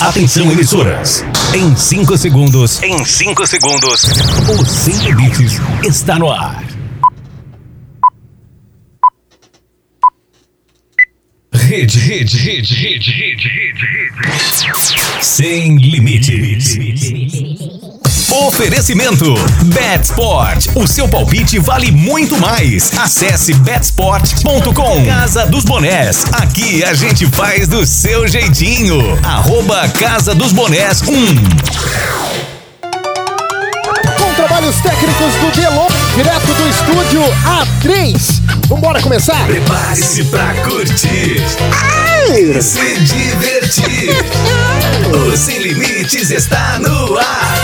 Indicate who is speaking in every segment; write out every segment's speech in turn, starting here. Speaker 1: Atenção emissoras. Em 5 segundos. Em 5 segundos. O Sem Limites está no ar. Rede, rede, rede, rede, rede, rede, rede. Sem limites. Oferecimento Betsport. O seu palpite vale muito mais. Acesse betsport.com. Casa dos Bonés. Aqui a gente faz do seu jeitinho. Arroba Casa dos Bonés 1.
Speaker 2: Com trabalhos técnicos do Delon, direto do estúdio A3. Vambora começar?
Speaker 1: Prepare-se pra curtir,
Speaker 2: Ai!
Speaker 1: se divertir. O Sem Limites está no ar.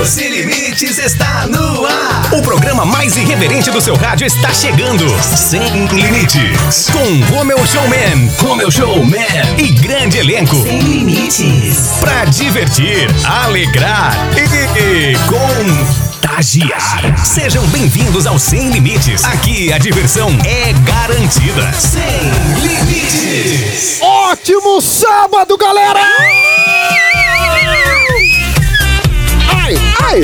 Speaker 1: O Sem Limites está no ar. O programa mais irreverente do seu rádio está chegando. Sem Limites. Com Romeu Showman. Romeu Showman. E grande elenco. Sem Limites. Pra divertir, alegrar e, e contagiar. Sejam bem-vindos ao Sem Limites. Aqui a diversão é garantida. Sem Limites.
Speaker 2: Ótimo sábado, galera! Ai, ai!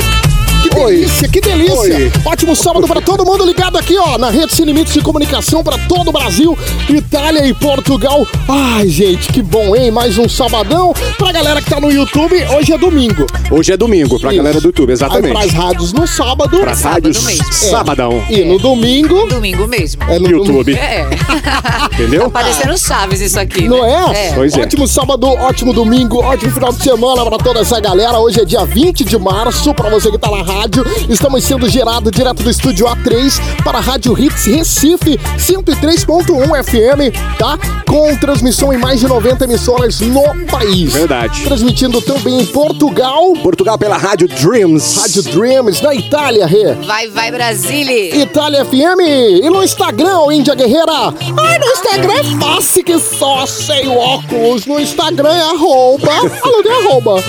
Speaker 2: Que delícia, que delícia! Ótimo sábado para todo mundo ligado aqui, ó, na Rede Sem Limites de Comunicação para todo o Brasil, Itália e Portugal. Ai, gente, que bom, hein? Mais um sabadão pra galera que tá no YouTube. Hoje é domingo.
Speaker 3: Hoje é domingo, pra galera do YouTube,
Speaker 2: Aí pras
Speaker 3: exatamente.
Speaker 2: rádios no sábado.
Speaker 3: Pra rádio
Speaker 4: mesmo. É.
Speaker 3: sabadão,
Speaker 2: E no domingo.
Speaker 4: Domingo mesmo.
Speaker 2: É no
Speaker 3: YouTube,
Speaker 4: É. Tá
Speaker 3: entendeu?
Speaker 4: Parecendo Chaves isso aqui.
Speaker 2: Não
Speaker 4: né?
Speaker 2: é?
Speaker 3: Pois é.
Speaker 2: Ótimo sábado, ótimo domingo, ótimo final de semana pra toda essa galera. Hoje é dia 20 de março, pra você que tá na rádio. Estamos sendo gerado direto do estúdio A3 para a Rádio Hits Recife 103.1 FM, um tá? Com transmissão em mais de 90 emissoras no país.
Speaker 3: Verdade.
Speaker 2: Transmitindo também em Portugal,
Speaker 3: Portugal pela Rádio Dreams.
Speaker 2: Rádio Dreams, na Itália, Rê.
Speaker 4: Vai, vai, Brasília.
Speaker 2: Itália FM e no Instagram, ô Índia Guerreira. Ai, no Instagram é fácil que só sem óculos. No Instagram é arroba. Alô, de arroba.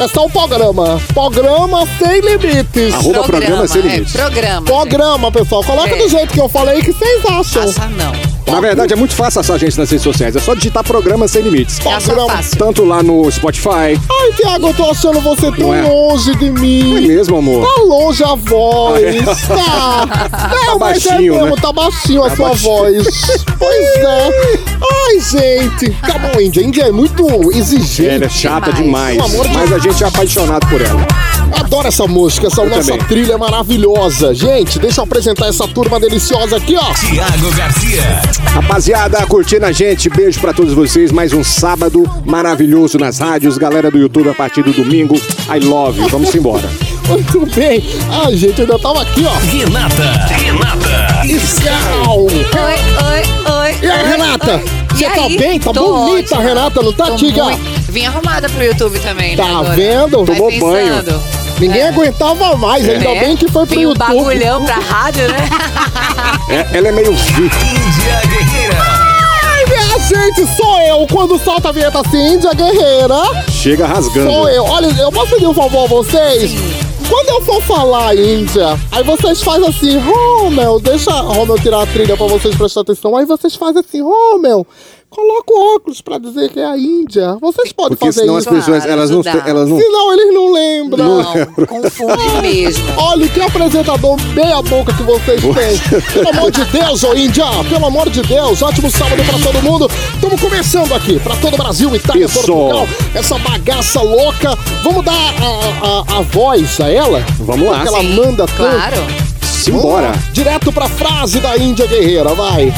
Speaker 2: É só o programa. Programa sem limites.
Speaker 3: Arroba programa sem
Speaker 4: é,
Speaker 3: limites.
Speaker 4: programa.
Speaker 2: Programa, pessoal. Coloca
Speaker 4: É.
Speaker 2: do jeito que eu falei que vocês acham.
Speaker 4: Passa não.
Speaker 3: Na verdade, é muito fácil achar a gente nas redes sociais. É só digitar Programa Sem Limites.
Speaker 4: É só
Speaker 2: Programa.
Speaker 4: fácil.
Speaker 3: Tanto lá no Spotify.
Speaker 2: Ai, Tiago, eu tô achando você tão
Speaker 3: Não é?
Speaker 2: longe de
Speaker 3: Não é
Speaker 2: mim.
Speaker 3: mesmo, amor? Ah, é.
Speaker 2: Tá longe a voz. Tá. Não, mas é
Speaker 3: baixinho,
Speaker 2: mesmo,
Speaker 3: né?
Speaker 2: tá baixinho a
Speaker 3: Tá
Speaker 2: sua
Speaker 3: baixinho.
Speaker 2: voz. Pois é. Ai, gente. Tá bom, Índia. Índia é muito
Speaker 3: Ela é
Speaker 2: exigente.
Speaker 3: chata
Speaker 4: demais.
Speaker 3: demais.
Speaker 2: Pelo amor de
Speaker 3: Mas a gente é apaixonado por ela.
Speaker 2: Adoro essa música, essa
Speaker 3: Eu
Speaker 2: nossa
Speaker 3: também.
Speaker 2: trilha é maravilhosa. Gente, deixa eu apresentar essa turma deliciosa aqui, ó.
Speaker 1: Tiago Garcia.
Speaker 3: Rapaziada, curtindo a gente, beijo pra todos vocês. Mais um sábado maravilhoso nas rádios. Galera do YouTube, a partir do domingo. I love you. Vamos embora.
Speaker 2: Muito bem. Ai, gente, eu ainda tava aqui, ó.
Speaker 1: Renata. Renata.
Speaker 2: Iscal.
Speaker 4: Oi, oi, oi.
Speaker 2: E aí,
Speaker 4: oi,
Speaker 2: Renata?
Speaker 4: oi.
Speaker 2: Você
Speaker 4: E
Speaker 2: tá
Speaker 4: aí?
Speaker 2: bem? Tá
Speaker 4: Tô
Speaker 2: bonita,
Speaker 4: ótima.
Speaker 2: Renata, não tá,
Speaker 4: Tô
Speaker 2: Tiga?
Speaker 4: muito- Vim arrumada pro YouTube também, né,
Speaker 2: Tá
Speaker 4: agora.
Speaker 2: vendo?
Speaker 4: Vai
Speaker 3: Tomou
Speaker 4: pensando.
Speaker 3: banho.
Speaker 2: Ninguém
Speaker 4: É.
Speaker 2: aguentava mais, ainda
Speaker 4: Né?
Speaker 2: bem que foi pro
Speaker 4: Vim um
Speaker 2: YouTube.
Speaker 4: bagulhão pra rádio, né?
Speaker 3: É, ela é meio vi.
Speaker 1: Índia Guerreira.
Speaker 2: Ai, minha gente, sou eu. Quando solta a vinheta assim, Índia Guerreira,
Speaker 3: Chega rasgando.
Speaker 2: sou eu. Olha, eu posso pedir um favor a vocês? Quando eu for falar Índia, aí vocês fazem assim, Romel, deixa Romel tirar a trilha pra vocês prestar atenção. Aí vocês fazem assim, Romel, coloca o óculos pra dizer que é a Índia. Vocês podem
Speaker 3: Porque
Speaker 2: fazer
Speaker 3: senão as
Speaker 2: isso.
Speaker 3: pessoas,
Speaker 4: Claro,
Speaker 3: elas não,
Speaker 4: ajudar.
Speaker 3: elas não
Speaker 2: Senão eles não lembram.
Speaker 4: Não, confunde mesmo.
Speaker 2: Olha que apresentador meia boca que vocês têm. Pelo amor de Deus, ô Índia. Pelo amor de Deus. Ótimo sábado pra todo mundo. Estamos começando aqui pra todo o Brasil, Itália,
Speaker 3: Isso.
Speaker 2: Portugal. Essa bagaça louca. Vamos dar a, a- a voz a ela?
Speaker 3: Vamos lá.
Speaker 2: Que ela
Speaker 4: Ah, Sim,
Speaker 2: manda tanto.
Speaker 4: Claro.
Speaker 2: Vamos
Speaker 3: Simbora.
Speaker 2: lá. Direto pra frase da Índia Guerreira, vai.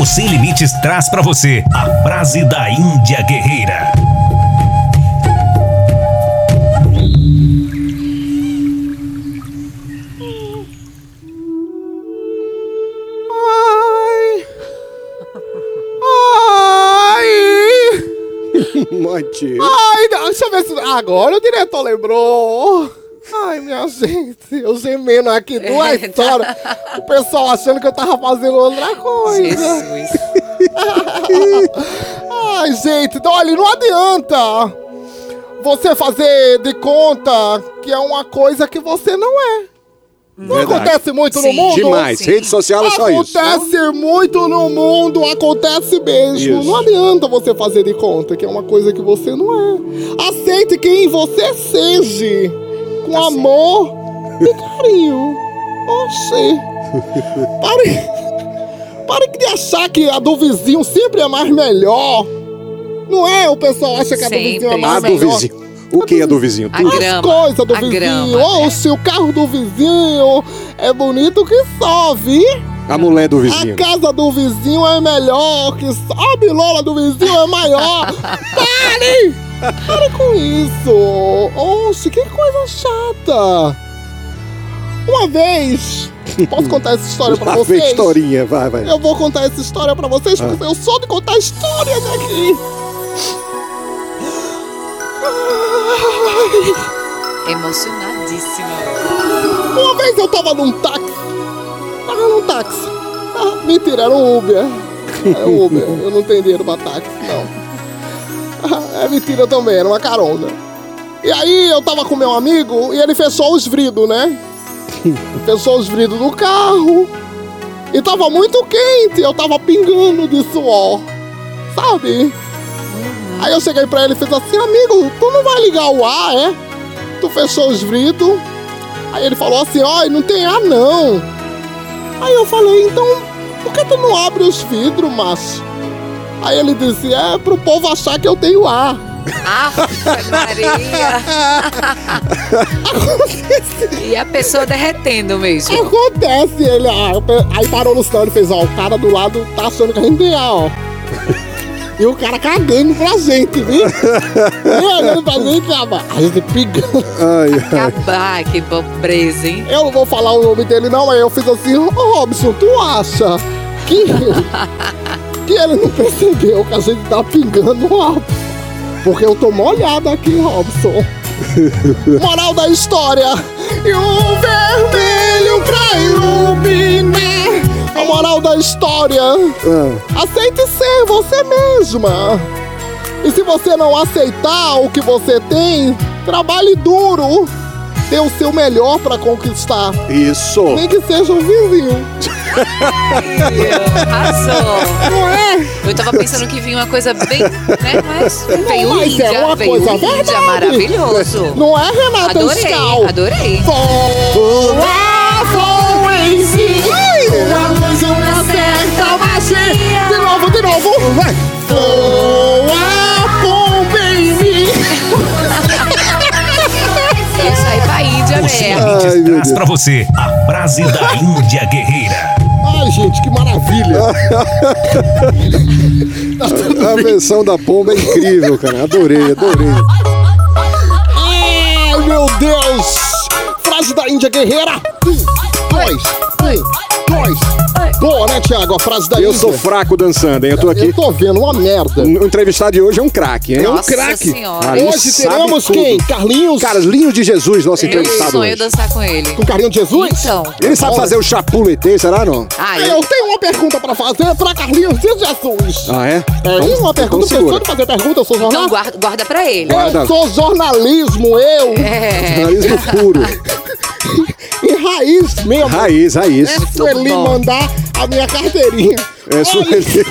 Speaker 1: O Sem Limites traz pra você a frase da Índia Guerreira.
Speaker 2: Ai. Ai.
Speaker 3: Monte.
Speaker 2: Ai, não, deixa eu ver se. Agora o diretor lembrou. Ai, minha gente, eu gemendo aqui duas
Speaker 4: Eita.
Speaker 2: horas. O pessoal achando que eu tava fazendo outra coisa.
Speaker 4: Jesus.
Speaker 2: Ai, gente, então, olha, não adianta você fazer de conta que é uma coisa que você não é. Não
Speaker 3: Verdade.
Speaker 2: acontece muito no
Speaker 4: Sim.
Speaker 2: mundo?
Speaker 3: Demais.
Speaker 4: sim.
Speaker 3: Rede social é só isso.
Speaker 2: Acontece muito no mundo, acontece mesmo.
Speaker 3: Isso.
Speaker 2: Não adianta você fazer de conta que é uma coisa que você não é. Aceite quem você seja, com
Speaker 3: Tá
Speaker 2: amor e carinho. Oxê. Pare, pare de achar que a do vizinho sempre é mais melhor. Não é? O pessoal acha que a do vizinho é
Speaker 4: Sempre.
Speaker 3: A
Speaker 2: mais
Speaker 3: do
Speaker 2: melhor.
Speaker 3: vizinho. O que é do vizinho?
Speaker 4: A
Speaker 3: Tudo.
Speaker 4: grama.
Speaker 2: As coisas do
Speaker 4: a
Speaker 2: vizinho.
Speaker 4: grama,
Speaker 2: Ou
Speaker 4: né?
Speaker 2: se o carro do vizinho é bonito que só, viu?
Speaker 3: A mulher do
Speaker 2: A
Speaker 3: vizinho.
Speaker 2: casa do vizinho é melhor, que só a bilola do vizinho é maior. Pare! Pare com isso! Oxe, que coisa chata! Uma vez, posso contar essa história pra
Speaker 3: Lá vem
Speaker 2: vocês?
Speaker 3: historinha, vai, vai.
Speaker 2: Eu vou contar essa história pra vocês, porque eu sou de contar histórias aqui! Ai.
Speaker 4: Emocionadíssima.
Speaker 2: Uma vez eu tava num táxi. Tava num táxi. Ah, mentira, era um Uber. Era um Uber. Eu não tenho dinheiro pra táxi, não. Ah, É mentira também, era uma carona. E aí eu tava com meu amigo e ele fez só os vridos, né? Fez só os vridos do carro. E tava muito quente, eu tava pingando de suor. Sabe? Aí eu cheguei pra ele e fiz assim, amigo, tu não vai ligar o ar, é? Tu fechou os vridos. Aí ele falou assim, ó, não tem ar não. Aí eu falei, então por que tu não abre os vidros, macho? Aí ele disse, é pro povo achar que eu tenho ar.
Speaker 4: Aff, Maria. e a pessoa derretendo mesmo.
Speaker 2: Acontece, ele, ah, eu pe- aí parou no sinal, ele fez, ó, o cara do lado tá achando que a gente tem ar, ó. E o cara cagando pra gente, viu? E olhando pra gente, ah, a gente pingando.
Speaker 3: Ai, ai.
Speaker 4: Acabar, que pobreza, hein?
Speaker 2: Eu não vou falar o nome dele, não, mas eu fiz assim, ô Robson, tu acha que, que ele não percebeu que a gente tá pingando o ar? Porque eu tô molhado aqui, Robson. Moral da história. E o vermelho pra iluminar. A moral da história.
Speaker 3: Ah,
Speaker 2: Aceite ser você mesma. E se você não aceitar o que você tem, trabalhe duro. Dê o seu melhor pra conquistar.
Speaker 3: Isso.
Speaker 2: Nem que seja um vizinho.
Speaker 4: Arrasou.
Speaker 2: Não é?
Speaker 4: Eu tava pensando que vinha uma coisa bem, né? Mas veio
Speaker 2: mas
Speaker 4: o
Speaker 2: é
Speaker 4: Índia,
Speaker 2: uma
Speaker 4: veio
Speaker 2: coisa
Speaker 4: o Índia,
Speaker 2: verdade.
Speaker 4: maravilhoso.
Speaker 2: Não é, Renata
Speaker 4: Adorei,
Speaker 2: Scal?
Speaker 4: adorei.
Speaker 2: Voar, voe em si. Uma luz, uma certa magia. De novo, de novo. Vai. é Voar, pomba em mim.
Speaker 4: Isso aí pra Índia né?
Speaker 1: O Cine
Speaker 4: mesmo.
Speaker 3: Ai,
Speaker 1: Mídias traz
Speaker 3: meu Deus.
Speaker 1: pra você a frase da Índia Guerreira.
Speaker 2: Ai, gente, que maravilha.
Speaker 3: A versão da pomba é incrível, cara. Adorei, adorei.
Speaker 2: Ai, meu Deus. Frase da Índia Guerreira. Um, dois, um, dois. Boa, né, Tiago? A frase da
Speaker 3: Eu
Speaker 2: Índia.
Speaker 3: sou fraco dançando, hein? Eu tô aqui.
Speaker 2: Eu tô vendo uma merda.
Speaker 3: O entrevistado de hoje é um craque, hein? É um
Speaker 4: Nossa
Speaker 3: craque.
Speaker 4: Senhora.
Speaker 3: Ali
Speaker 2: Hoje
Speaker 3: sabe
Speaker 2: teremos
Speaker 3: tudo.
Speaker 2: quem? Carlinhos?
Speaker 3: Carlinhos de Jesus, nosso
Speaker 4: Meu
Speaker 3: entrevistado
Speaker 4: sonho é
Speaker 3: hoje.
Speaker 4: dançar com ele.
Speaker 2: Com Carlinhos de Jesus?
Speaker 4: Então.
Speaker 3: Ele sabe fazer o chapuletê, será não?
Speaker 4: Ah,
Speaker 2: Eu tenho uma pergunta pra fazer pra Carlinhos de Jesus.
Speaker 3: Ah, é?
Speaker 2: É
Speaker 3: Então-
Speaker 2: uma
Speaker 3: então
Speaker 2: pergunta, eu sou
Speaker 3: segura.
Speaker 2: de fazer pergunta, eu sou
Speaker 4: Então
Speaker 2: jornalista.
Speaker 4: guarda, guarda pra ele.
Speaker 3: guarda.
Speaker 2: Eu sou jornalismo, eu,
Speaker 4: É.
Speaker 3: Nariz no furo.
Speaker 2: e raiz mesmo.
Speaker 3: Raiz, raiz.
Speaker 2: É Sueli
Speaker 4: bom.
Speaker 2: mandar a minha carteirinha.
Speaker 3: É
Speaker 2: Olha,
Speaker 3: Sueli.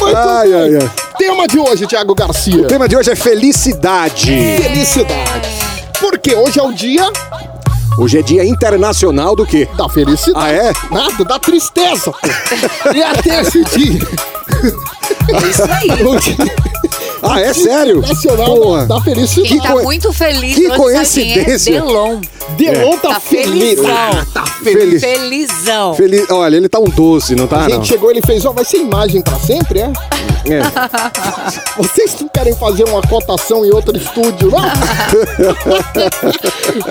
Speaker 2: muito
Speaker 3: Ai,
Speaker 2: bem.
Speaker 3: ai, ai.
Speaker 2: Tema de hoje, Tiago Garcia.
Speaker 3: O tema de hoje é
Speaker 2: É.
Speaker 3: felicidade.
Speaker 2: Felicidade. Porque hoje é o dia
Speaker 3: Hoje é dia internacional do quê?
Speaker 2: da felicidade.
Speaker 3: Ah, é?
Speaker 2: Nada, da tristeza. pô. e até esse dia.
Speaker 4: É isso aí.
Speaker 2: o dia
Speaker 3: Ah, é sério?
Speaker 2: Nacional
Speaker 3: Porra.
Speaker 2: da, da Felicidade.
Speaker 4: Quem tá
Speaker 3: coi-
Speaker 4: muito feliz
Speaker 3: que
Speaker 4: hoje sabe quem é
Speaker 3: coincidência.
Speaker 4: Delon.
Speaker 2: Delon tá,
Speaker 4: Tá
Speaker 2: feliz.
Speaker 4: felizão.
Speaker 2: Tá
Speaker 3: É. Feliz.
Speaker 4: Felizão.
Speaker 3: Feliz. Olha, ele tá um doce, não tá?
Speaker 2: A gente
Speaker 3: Não.
Speaker 2: chegou, ele fez, ó, vai ser imagem pra sempre, é?
Speaker 3: É.
Speaker 2: Vocês não querem fazer uma cotação em outro estúdio, não?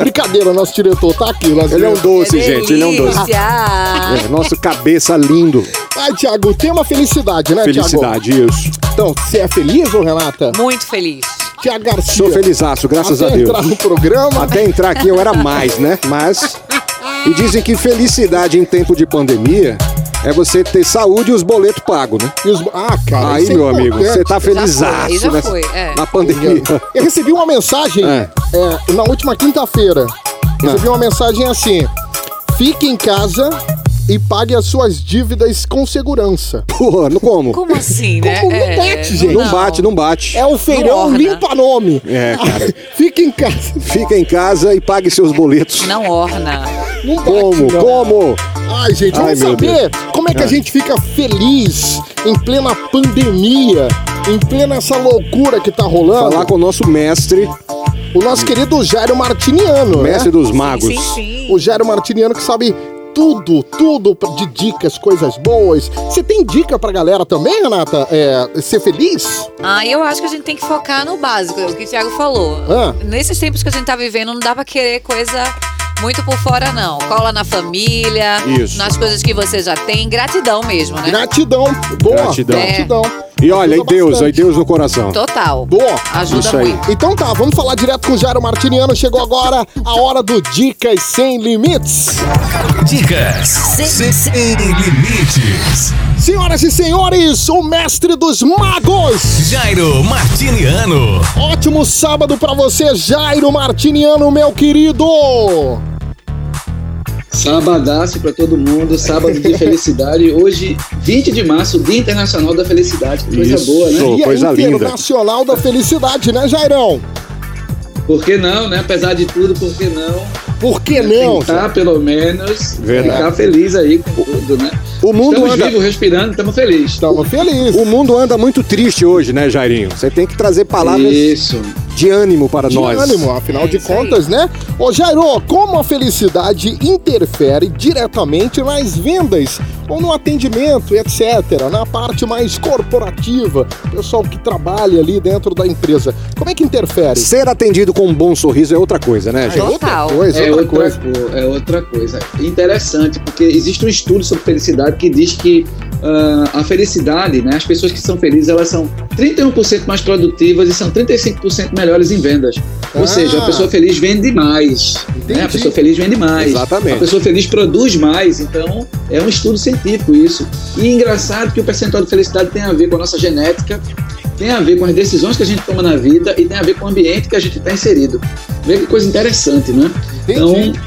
Speaker 2: Brincadeira, nosso diretor tá aqui. Nosso
Speaker 3: Ele é um
Speaker 2: diretor.
Speaker 3: doce, gente. Ele é um doce.
Speaker 4: Delícia.
Speaker 3: É, nosso cabeça lindo.
Speaker 2: Ai, Tiago, o tema é felicidade, né, Tiago?
Speaker 3: Felicidade, isso.
Speaker 2: Então, você é feliz, ô Renata?
Speaker 4: Muito feliz.
Speaker 2: Tiago Garcia.
Speaker 3: Sou felizaço, graças
Speaker 2: Até
Speaker 3: a Deus.
Speaker 2: entrar no programa.
Speaker 3: Até entrar aqui eu era mais, né? Mas. E dizem que felicidade em tempo de pandemia é você ter saúde e os boletos pagos, né?
Speaker 2: e os- Ah, cara,
Speaker 3: Aí,
Speaker 2: isso é
Speaker 3: meu amigo,
Speaker 2: importante.
Speaker 3: você tá
Speaker 4: foi,
Speaker 3: felizaço
Speaker 4: já
Speaker 3: nessa-
Speaker 4: foi, é.
Speaker 3: na pandemia.
Speaker 2: Eu recebi uma mensagem
Speaker 3: É. Ah.
Speaker 2: é, na última quinta-feira, recebi uma mensagem assim: fique em casa e pague as suas dívidas com segurança.
Speaker 3: Porra, não como? É.
Speaker 4: Como assim, né?
Speaker 2: Como não bate, gente?
Speaker 3: Não bate, não bate.
Speaker 2: É o feirão
Speaker 4: orna.
Speaker 2: limpa nome.
Speaker 3: É, cara.
Speaker 2: Fica em casa.
Speaker 3: Fica em casa e pague seus boletos.
Speaker 4: Não orna.
Speaker 2: Não bate,
Speaker 3: Como?
Speaker 2: não.
Speaker 3: Como?
Speaker 2: Ai, gente,
Speaker 3: Ai,
Speaker 2: vamos
Speaker 3: meu
Speaker 2: saber como é que a gente fica feliz em plena pandemia, em plena essa loucura que tá rolando.
Speaker 3: Falar com o nosso mestre,
Speaker 2: O nosso querido Jairo Martiniano, né?
Speaker 3: mestre dos magos.
Speaker 4: Sim, sim.
Speaker 2: O Jairo Martiniano que sabe tudo, tudo de dicas, coisas boas. Você tem dica pra galera também, Renata? É, ser feliz?
Speaker 4: Ah, eu acho que a gente tem que focar no básico, é o que o Thiago falou.
Speaker 2: Ah.
Speaker 4: Nesses tempos que a gente tá vivendo, não dá pra querer coisa muito por fora, não. Cola na família,
Speaker 3: Isso.
Speaker 4: nas coisas que você já tem. Gratidão mesmo, né?
Speaker 2: Gratidão. Boa.
Speaker 3: Gratidão.
Speaker 4: É.
Speaker 2: Gratidão.
Speaker 3: E olha, em
Speaker 2: Ajuda
Speaker 3: Deus,
Speaker 2: bastante.
Speaker 3: em Deus no coração.
Speaker 4: Total.
Speaker 2: Boa.
Speaker 4: Ajuda
Speaker 3: Isso aí.
Speaker 4: muito.
Speaker 2: Então tá, vamos falar direto com o Jairo Martiniano. Chegou agora a hora do Dicas Sem Limites.
Speaker 1: Dicas sem, limites.
Speaker 2: Senhoras e senhores, o mestre dos magos.
Speaker 1: Jairo Martiniano.
Speaker 2: Ótimo sábado pra você, Jairo Martiniano, meu querido.
Speaker 5: Sabadaço para todo mundo, sábado de felicidade. Hoje, 20 de março, Dia Internacional da Felicidade. Que coisa
Speaker 3: Isso.
Speaker 5: boa, né?
Speaker 3: Pô,
Speaker 2: Dia
Speaker 3: coisa linda.
Speaker 2: Internacional da Felicidade, né, Jairão?
Speaker 5: Por que não, né? Apesar de tudo, por que não?
Speaker 2: Por que não?
Speaker 5: Tentar, pelo menos,
Speaker 3: Verdade.
Speaker 5: ficar feliz aí com tudo, né?
Speaker 3: O mundo
Speaker 5: estamos
Speaker 3: anda- Então,
Speaker 5: vivos, respirando, estamos felizes.
Speaker 2: Tava feliz.
Speaker 3: O mundo anda muito triste hoje, né, Jairinho? Você tem que trazer palavras
Speaker 5: Isso.
Speaker 3: de ânimo para
Speaker 2: De
Speaker 3: nós.
Speaker 2: ânimo, afinal
Speaker 4: É
Speaker 2: de
Speaker 4: isso aí.
Speaker 2: contas, né? Ô Jairo, como a felicidade interfere diretamente nas vendas ou no atendimento, etc., na parte mais corporativa, pessoal que trabalha ali dentro da empresa. Como é que interfere?
Speaker 3: Ser atendido com um bom sorriso é outra coisa, né, gente?
Speaker 4: Total.
Speaker 2: coisa,
Speaker 5: É
Speaker 2: outra
Speaker 5: outra,
Speaker 2: coisa.
Speaker 5: co- é outra coisa. Interessante, porque existe um estudo sobre felicidade que diz que ah, a felicidade, né, as pessoas que são felizes, elas são 31% mais produtivas e são 35% melhores em vendas. Ou
Speaker 2: Ah.
Speaker 5: seja, a pessoa feliz vende mais. Né? A
Speaker 2: Entendi.
Speaker 5: pessoa feliz vende mais.
Speaker 3: Exatamente.
Speaker 5: A pessoa feliz produz mais. Então, é um estudo científico isso. E engraçado que o percentual de felicidade tem a ver com a nossa genética, tem a ver com as decisões que a gente toma na vida e tem a ver com o ambiente que a gente está inserido. Vê que coisa interessante, né? Então,
Speaker 2: Entendi.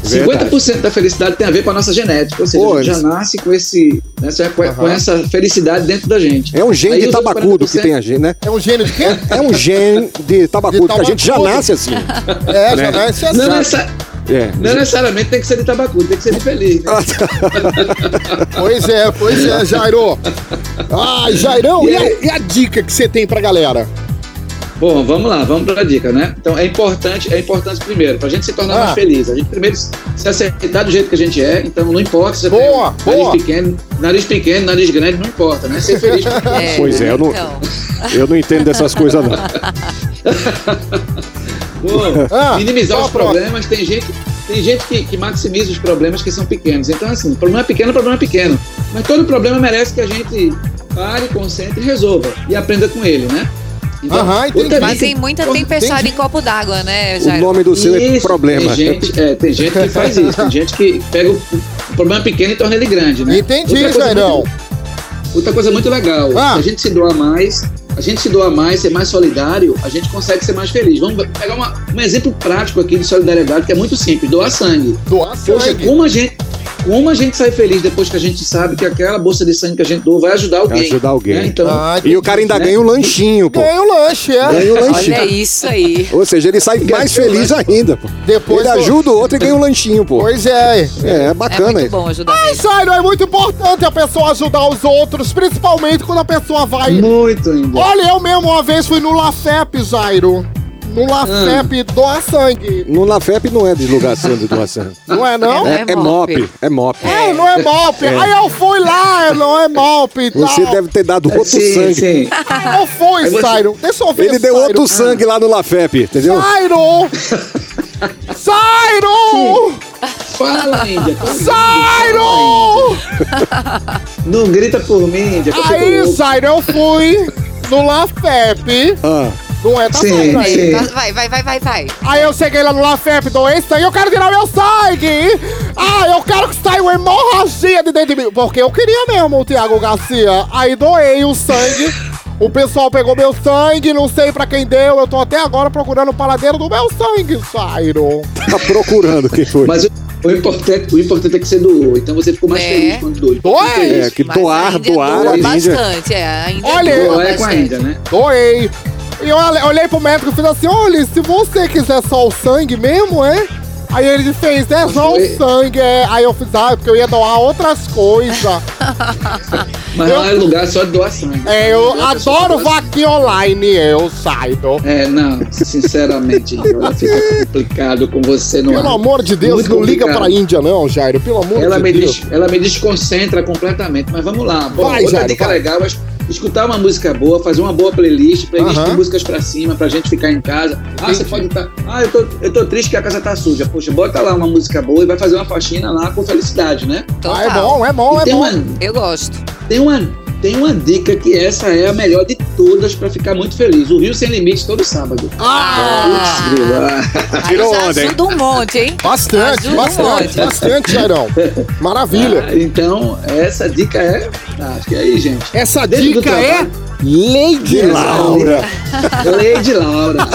Speaker 5: 50% da felicidade tem a ver com a nossa genética, ou seja,
Speaker 3: Pô,
Speaker 5: a gente já
Speaker 3: eles-
Speaker 5: nasce com, esse, né, você já com-
Speaker 2: Aham.
Speaker 5: com essa felicidade dentro da gente.
Speaker 3: É um gene
Speaker 5: Aí
Speaker 3: de
Speaker 5: os outros
Speaker 3: tabacudo
Speaker 5: 40%
Speaker 3: que tem a gente, né?
Speaker 2: É um gênio de quê?
Speaker 3: É um gene de tabacudo,
Speaker 2: De
Speaker 3: que a gente já
Speaker 2: tabacudo.
Speaker 3: nasce assim.
Speaker 2: É,
Speaker 3: Né?
Speaker 2: já dá esse
Speaker 5: Não,
Speaker 2: azar.
Speaker 5: necessa-
Speaker 3: É.
Speaker 5: não necessariamente tem que ser de tabacudo, tem que ser de feliz. Né?
Speaker 2: Pois é, pois é, Jairo. Ai, Jairão, e,
Speaker 5: E aí?
Speaker 2: a, e a dica que você tem pra galera?
Speaker 5: Bom, vamos lá, vamos para a dica, né? Então é importante, é importante primeiro, para a gente se tornar
Speaker 2: Ah.
Speaker 5: mais feliz. A gente primeiro se aceitar do jeito que a gente é, então não importa se você
Speaker 2: Boa,
Speaker 5: tem
Speaker 2: boa.
Speaker 5: nariz pequeno, nariz pequeno, nariz grande, não importa, né? Ser feliz.
Speaker 3: Pois é, eu não-
Speaker 4: Então,
Speaker 3: Eu não entendo dessas coisas, não.
Speaker 5: Bom,
Speaker 2: Ah,
Speaker 5: minimizar
Speaker 2: qual
Speaker 5: os
Speaker 2: a próxima?
Speaker 5: problemas, tem gente, tem gente que, que maximiza os problemas que são pequenos. Então, assim, problema pequeno, problema pequeno. Mas todo problema merece que a gente pare, concentre e resolva. E aprenda com ele, né?
Speaker 2: Aham, entendi.
Speaker 5: outra
Speaker 4: mas
Speaker 5: dica-
Speaker 4: tem muita tempestade em copo d'água, né,
Speaker 3: O
Speaker 4: Jairo?
Speaker 3: nome do seu é
Speaker 5: Isso,
Speaker 3: problema.
Speaker 5: Tem gente, é, tem gente que faz isso. Tem gente que pega o o problema pequeno e torna ele grande, né?
Speaker 2: Entendi,
Speaker 5: Outra coisa
Speaker 2: Jairão.
Speaker 5: muito- Outra coisa muito legal,
Speaker 2: Ah.
Speaker 5: se a gente se doar mais, a gente se doar mais, ser mais solidário, a gente consegue ser mais feliz. Vamos pegar uma- um exemplo prático aqui de solidariedade que é muito simples, doar sangue.
Speaker 2: Doar
Speaker 5: Poxa,
Speaker 2: sangue.
Speaker 5: como a gente, como a gente sai feliz depois que a gente sabe que aquela bolsa de sangue que a gente doou vai ajudar alguém.
Speaker 3: Vai ajudar alguém.
Speaker 5: né? Então,
Speaker 2: Ai,
Speaker 3: E o cara ainda ganha o lanchinho, pô.
Speaker 2: ganhei o lanche, é.
Speaker 3: Ganha o
Speaker 4: Olha
Speaker 3: lanchinho.
Speaker 4: isso aí.
Speaker 3: Ou seja, ele sai mais feliz ainda, pô.
Speaker 2: Depois
Speaker 3: Ele
Speaker 2: do-
Speaker 3: ajuda o outro e ganha o lanchinho, pô.
Speaker 2: Pois é.
Speaker 3: É,
Speaker 4: É
Speaker 3: bacana.
Speaker 4: muito bom ajudar.
Speaker 2: Mas, Jairo, é muito importante a pessoa ajudar os outros, principalmente quando a pessoa vai...
Speaker 5: muito ainda.
Speaker 2: Olha, eu mesmo uma vez fui no Lafep, Jairo. No Lafep doar sangue.
Speaker 3: No Lafep não é de lugar santo do Assan.
Speaker 2: Não é, não?
Speaker 4: É,
Speaker 3: É, é mop, é mop.
Speaker 2: É, não é golpe. Aí eu fui lá, não é golpe e
Speaker 3: Você
Speaker 2: tal.
Speaker 3: deve ter dado outro
Speaker 5: sim,
Speaker 3: sangue.
Speaker 5: sim.
Speaker 2: Não foi,
Speaker 5: Aí você-
Speaker 2: Jairo. Deixa eu ver,
Speaker 3: Ele deu
Speaker 2: Jairo.
Speaker 3: outro sangue lá no Lafep, entendeu?
Speaker 2: Jairo! Jairo!
Speaker 5: Fala, Índia. fala, Índia, fala,
Speaker 2: Jairo!
Speaker 5: Índia. Não grita por mim, Índia. que eu fico
Speaker 2: Aí,
Speaker 5: louco.
Speaker 2: Jairo, eu fui no LaFep.
Speaker 3: Ah,
Speaker 2: Não é da
Speaker 5: Sim,
Speaker 2: sangue
Speaker 5: sim.
Speaker 2: aí.
Speaker 4: Vai, vai, vai, vai, vai, vai.
Speaker 2: Aí eu cheguei lá no LaFep, doei sangue, eu quero tirar meu sangue! Ah, eu quero que saia uma hemorragia de dentro de mim. Porque eu queria mesmo o Thiago Garcia. Aí doei o sangue. O pessoal pegou meu sangue, não sei pra quem deu. Eu tô até agora procurando o paladeiro do meu sangue, Sairo.
Speaker 3: Tá procurando quem foi.
Speaker 5: Mas o, o importante, o importante é que você doou. Então você ficou mais
Speaker 4: É.
Speaker 5: feliz quando doou.
Speaker 2: Doei!
Speaker 5: Fica feliz.
Speaker 3: É, que
Speaker 4: Mas
Speaker 3: doar,
Speaker 4: ainda
Speaker 3: doar,
Speaker 4: doa
Speaker 3: a Índia.
Speaker 4: bastante, é. Ainda
Speaker 2: Olha,
Speaker 4: doa
Speaker 5: Doar é com a
Speaker 4: bastante.
Speaker 5: ainda, né?
Speaker 2: Doei. E eu olhe- olhei pro médico e fiz assim: olha, se você quiser só o sangue mesmo, é? Aí ele fez, é só o
Speaker 5: Doei.
Speaker 2: sangue. é. Aí eu fiz, ah, porque eu ia doar outras coisas.
Speaker 5: Mas lá é lugar só de doação.
Speaker 2: É, eu
Speaker 5: Lugar só de
Speaker 2: adoro
Speaker 5: doação.
Speaker 2: vaquinha online, eu saio.
Speaker 5: É, não, sinceramente, ela fica complicado com você no
Speaker 2: Pelo
Speaker 5: ar.
Speaker 2: amor de Deus,
Speaker 5: Muito
Speaker 2: não liga
Speaker 5: complicado.
Speaker 2: pra Índia, não, Jairo. Pelo amor
Speaker 5: Ela
Speaker 2: de
Speaker 5: me,
Speaker 2: Deus.
Speaker 5: des- ela me desconcentra completamente, mas vamos lá. Bom,
Speaker 2: Vai,
Speaker 5: outra
Speaker 2: Jairo,
Speaker 5: dica
Speaker 2: vai.
Speaker 5: legal é es- escutar uma música boa, fazer uma boa playlist, playlist
Speaker 2: Aham.
Speaker 5: de músicas pra cima, pra gente ficar em casa. Ah, você pode estar. Ah, eu tô, eu tô triste que a casa tá suja. Poxa, bota lá uma música boa e vai fazer uma faxina lá com felicidade, né?
Speaker 2: Ah, é
Speaker 4: Total.
Speaker 2: bom, é bom,
Speaker 5: E
Speaker 2: é
Speaker 5: tem,
Speaker 2: bom.
Speaker 5: uma,
Speaker 4: Eu gosto.
Speaker 5: tem, uma, tem uma dica que essa é a melhor de todas pra ficar muito feliz. O Rio Sem Limites todo sábado.
Speaker 2: Ah!
Speaker 5: Putz, grilo, ah.
Speaker 3: Tirou
Speaker 4: Aí já
Speaker 3: onda, hein?
Speaker 4: ajuda um monte, hein?
Speaker 2: Bastante,
Speaker 4: Ajuda um
Speaker 2: bastante,
Speaker 4: monte.
Speaker 2: bastante, Jairão. Maravilha.
Speaker 5: Ah, então, essa dica é. Ah, acho que aí, gente.
Speaker 2: Essa
Speaker 5: Dentro do
Speaker 2: dica é
Speaker 5: trabalho.
Speaker 2: Lady
Speaker 5: Essa é
Speaker 2: Laura.
Speaker 5: dica- Lady Laura.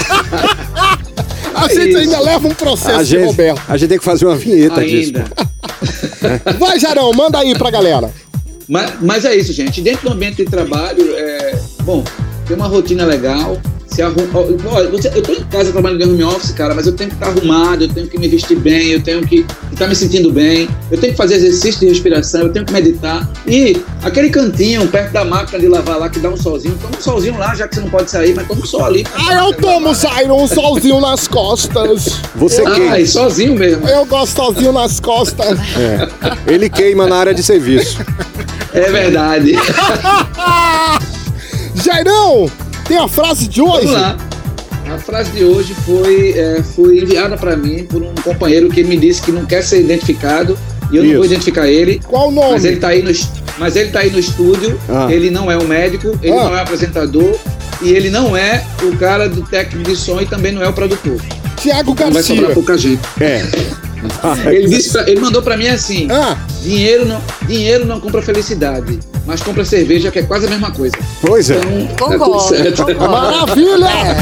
Speaker 2: A gente ainda leva um processo
Speaker 3: A
Speaker 2: de
Speaker 3: gente,
Speaker 2: Roberto.
Speaker 3: a gente tem que fazer uma vinheta disso.
Speaker 5: Ainda.
Speaker 2: Vai, Jairão, manda aí pra galera.
Speaker 5: Mas, mas é isso, gente. Dentro do ambiente de trabalho, é, bom, tem uma rotina legal. Se arruma, ó, ó, você- eu tô em casa trabalhando em home office, cara, mas eu tenho que estar arrumado, eu tenho que me vestir bem, eu tenho que estar me sentindo bem, eu tenho que fazer exercício de respiração, eu tenho que meditar. E aquele cantinho perto da máquina de lavar lá que dá um solzinho, toma um solzinho lá, já que você não pode sair, mas toma um sol ali.
Speaker 2: Ah, eu tomo, Jairão, um solzinho nas costas.
Speaker 3: Você
Speaker 5: Ah,
Speaker 3: queima.
Speaker 5: e sozinho mesmo.
Speaker 2: Eu gosto sozinho nas costas.
Speaker 3: É. Ele queima na área de serviço.
Speaker 5: É verdade.
Speaker 2: Jairão, tem a frase de hoje?
Speaker 5: Vamos lá. A frase de hoje foi, é, foi enviada para mim por um companheiro que me disse que não quer ser identificado e eu
Speaker 3: Isso.
Speaker 5: não vou identificar ele.
Speaker 2: Qual o nome?
Speaker 5: Mas ele tá aí no, est- mas ele tá aí no estúdio.
Speaker 3: Ah.
Speaker 5: Ele não é um médico, ele
Speaker 2: Ah.
Speaker 5: não é apresentador e ele não é o cara do técnico de som e também não é o produtor.
Speaker 2: Tiago
Speaker 5: Então vai sobrar
Speaker 2: Garcia.
Speaker 5: pouca gente.
Speaker 3: É.
Speaker 5: Ele disse, pra- ele mandou para mim assim:
Speaker 2: Ah,
Speaker 5: dinheiro não, dinheiro não compra felicidade, mas compra cerveja que é quase a mesma coisa.
Speaker 3: Pois é.
Speaker 5: Então, tá tudo
Speaker 4: Concordo,
Speaker 5: certo.
Speaker 4: concordo.
Speaker 2: maravilha!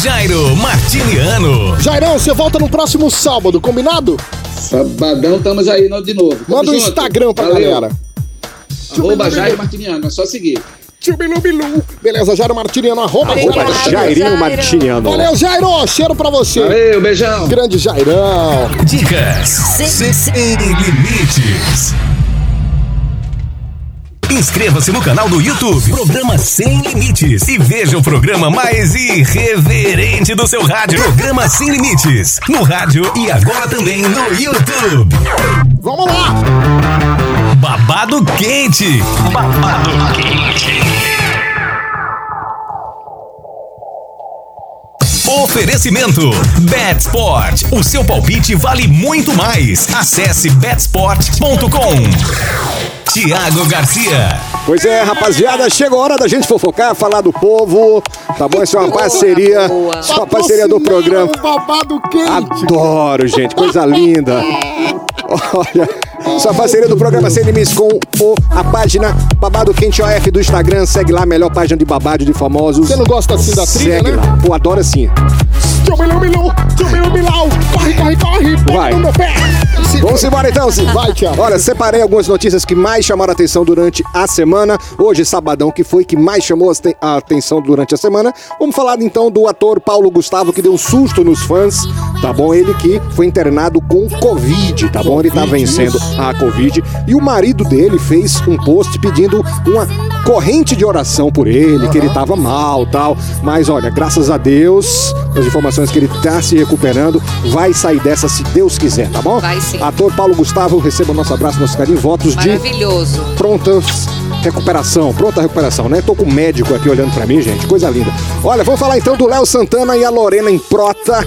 Speaker 1: Jairo Martiniano.
Speaker 2: Jairão, você volta no próximo sábado, combinado?
Speaker 5: Sabadão, estamos aí no- de novo. Tamo
Speaker 2: Manda o
Speaker 5: junto.
Speaker 2: Instagram pra
Speaker 5: Valeu.
Speaker 2: galera.
Speaker 5: Arroba Jair Martiniano, é só seguir.
Speaker 2: Tchubilubilu. Beleza, Jairo Martiniano, arroba.
Speaker 3: Arroba
Speaker 4: Obrigado,
Speaker 3: Jairino
Speaker 4: Jairo.
Speaker 3: Martiniano.
Speaker 2: Valeu, Jairo! Cheiro pra você.
Speaker 5: Valeu, beijão.
Speaker 2: Grande Jairão.
Speaker 1: Dicas
Speaker 4: Sem-
Speaker 1: sem limites. Inscreva-se no canal do YouTube, programa Sem Limites, e veja o programa mais irreverente do seu rádio. Programa Sem Limites, no rádio e agora também no YouTube.
Speaker 2: Vamos lá!
Speaker 1: Babado quente. Babado quente. Oferecimento Betsport. O seu palpite vale muito mais. Acesse betsport.com. Tiago Garcia.
Speaker 3: Pois é, rapaziada, chega a hora da gente fofocar, falar do povo, tá bom? Isso é uma
Speaker 4: Boa,
Speaker 3: parceria,
Speaker 4: boa.
Speaker 3: isso é uma parceria do programa.
Speaker 2: Um babado quente.
Speaker 3: Adoro, gente, coisa linda. Olha, sua parceria do programa Sem Limites com o, a página Babado Quente OF do Instagram. Segue lá, a melhor página de babado de famosos.
Speaker 2: Você não gosta assim da trilha,
Speaker 3: Segue
Speaker 2: né?
Speaker 3: lá. Pô, adoro assim.
Speaker 2: Tchubilubilu, tchubilubilau. Corre, corre, corre. Pega
Speaker 3: Vai.
Speaker 2: no meu pé. Se-
Speaker 3: Vamos embora então, Sim.
Speaker 2: Vai, Thiago.
Speaker 3: Olha, separei algumas notícias que mais chamaram a atenção durante a semana. Hoje, sabadão, que foi que mais chamou a aten- a atenção durante a semana. Vamos falar então do ator Paulo Gustavo, que deu um susto nos fãs, tá bom? Ele que foi internado com Covid, tá bom? Ele tá vencendo a Covid. E o marido dele fez um post pedindo uma corrente de oração por ele, que ele tava mal tal. Mas olha, graças a Deus, as informações que ele tá se recuperando, vai sair dessa se Deus quiser, tá bom?
Speaker 4: Vai sim.
Speaker 3: Ator Paulo Gustavo, receba nosso abraço, nosso carinho, votos de
Speaker 4: Maravilhoso.
Speaker 3: pronta recuperação, pronta recuperação, né? Tô com um médico aqui olhando pra mim, gente, coisa linda. Olha, vamos falar então do Léo Santana e a Lorena em Prota.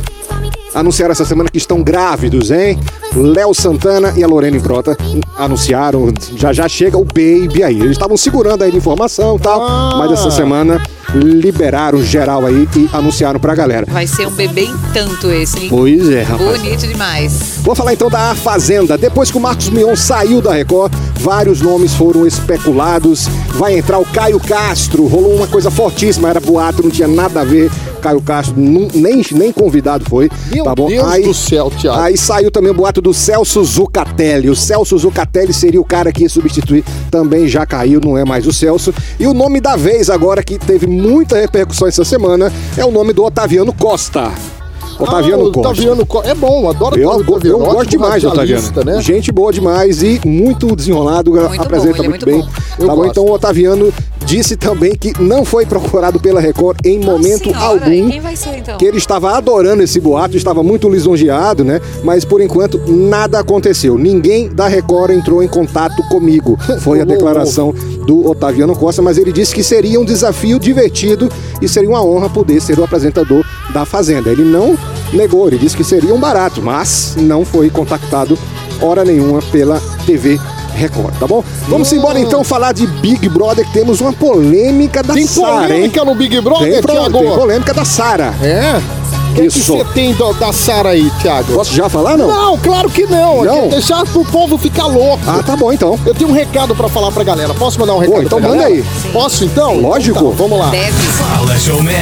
Speaker 3: Anunciaram essa semana que estão grávidos, hein? Léo Santana e a Lorena em Prota Ah. anunciaram, já já chega o baby aí. Eles estavam segurando aí a informação e tal, mas essa semana liberaram geral aí e anunciaram pra galera.
Speaker 4: Vai ser um bebê em tanto esse, hein?
Speaker 3: Pois é, rapaz.
Speaker 4: Bonito demais.
Speaker 3: Vou falar então da A Fazenda. Depois que o Marcos Mion saiu da Record, vários nomes foram especulados. Vai entrar o Caio Castro. Rolou uma coisa fortíssima, era boato, não tinha nada a ver. Caio Castro nu- nem, nem convidado foi.
Speaker 2: Meu
Speaker 3: tá bom?
Speaker 2: Deus do céu, Thiago.
Speaker 3: Aí saiu também o boato do Celso Zucatelli. O Celso Zucatelli seria o cara que ia substituir. Também já caiu, não é mais o Celso. E o nome da vez agora, que teve muita repercussão essa semana, é o nome do Otaviano Costa. Otaviano
Speaker 2: Ah, o
Speaker 3: Costa.
Speaker 2: Otaviano Costa. É bom, adoro
Speaker 3: Eu,
Speaker 2: o
Speaker 3: eu
Speaker 2: Otaviano.
Speaker 3: gosto
Speaker 2: ótimo
Speaker 3: demais do Otaviano.
Speaker 2: radialista, Né?
Speaker 3: Gente boa demais e muito desenrolado,
Speaker 4: Muito
Speaker 3: apresenta
Speaker 4: bom, ele é
Speaker 3: muito,
Speaker 4: muito
Speaker 3: bem.
Speaker 4: bom.
Speaker 2: Eu
Speaker 3: Tá bom?
Speaker 2: gosto.
Speaker 3: Então o Otaviano disse também que não foi procurado pela Record em momento
Speaker 4: Senhora,
Speaker 3: algum.
Speaker 4: e Quem vai ser então?
Speaker 3: Que ele estava adorando esse boato, estava muito lisonjeado, né? Mas por enquanto nada aconteceu. Ninguém da Record entrou em contato comigo. Foi a
Speaker 2: Como
Speaker 3: declaração do Otaviano Costa, mas ele disse que seria um desafio divertido e seria uma honra poder ser o apresentador da Fazenda. Ele não negou, ele disse que seria um barato, mas não foi contactado hora nenhuma pela TV. Record, tá bom? Vamos embora então falar de Big Brother, que temos uma polêmica da
Speaker 2: Tem
Speaker 3: Sara, hein?
Speaker 2: polêmica no Big
Speaker 3: Tem,
Speaker 2: Brother,
Speaker 3: pro- tem
Speaker 2: Thiago?
Speaker 3: polêmica da Sara.
Speaker 2: É? O que que
Speaker 3: Isso.
Speaker 2: você tem do- da Sara aí, Thiago?
Speaker 3: Posso já falar, não?
Speaker 2: Não, claro que não.
Speaker 3: Não?
Speaker 2: Aqui é Deixar pro povo ficar louco.
Speaker 3: Ah, tá bom, então.
Speaker 2: Eu tenho um recado pra falar pra galera. Posso mandar um recado?
Speaker 3: então
Speaker 2: pra
Speaker 3: manda
Speaker 2: galera?
Speaker 3: aí. Sim.
Speaker 2: Posso então?
Speaker 3: Lógico.
Speaker 2: Então tá, vamos lá.
Speaker 4: Deve.
Speaker 1: Fala, showman.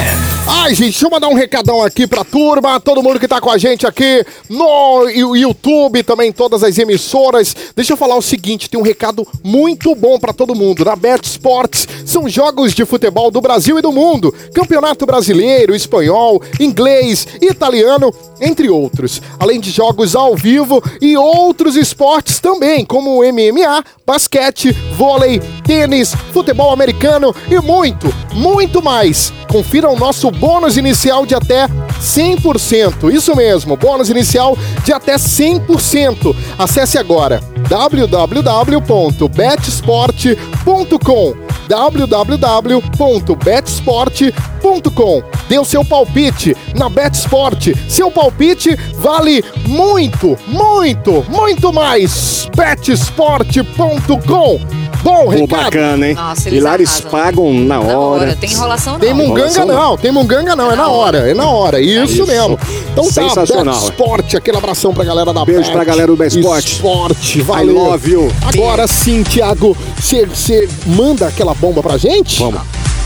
Speaker 2: Ai, gente, deixa eu mandar um recadão aqui pra turma, todo mundo que tá com a gente aqui no Yu- YouTube, também em todas as emissoras. Deixa eu falar o seguinte, tem um recado muito bom pra todo mundo. Na Bet Sports são jogos de futebol do Brasil e do mundo. Campeonato brasileiro, espanhol, inglês, italiano, entre outros. Além de jogos ao vivo e outros esportes também, como MMA, basquete, vôlei, tênis, futebol americano e muito, muito mais. Confira o nosso bônus inicial de até 100%. Isso mesmo, bônus inicial de até 100%. Acesse agora www.betsport.com www.betsport.com Dê o seu palpite na BetSport. Seu palpite vale muito, muito, muito mais. betsport.com Bom
Speaker 3: Pô,
Speaker 2: recado.
Speaker 3: bacana, hein?
Speaker 4: Nossa, eles
Speaker 3: Pilares
Speaker 4: arrasam.
Speaker 3: pagam na
Speaker 4: Na
Speaker 3: hora.
Speaker 4: hora. Tem enrolação
Speaker 2: Tem
Speaker 4: não.
Speaker 2: munganga não, tem munganga não, é na hora, é na hora, isso,
Speaker 3: Isso.
Speaker 2: mesmo. Então tá,
Speaker 3: Sensacional.
Speaker 2: Bet Sport, aquele abração pra galera da
Speaker 3: Beijo
Speaker 2: Bet.
Speaker 3: pra galera do Bet Sport.
Speaker 2: Esporte, valeu.
Speaker 3: love you.
Speaker 2: Agora sim, Thiago, você manda aquela bomba pra gente?
Speaker 3: Vamos.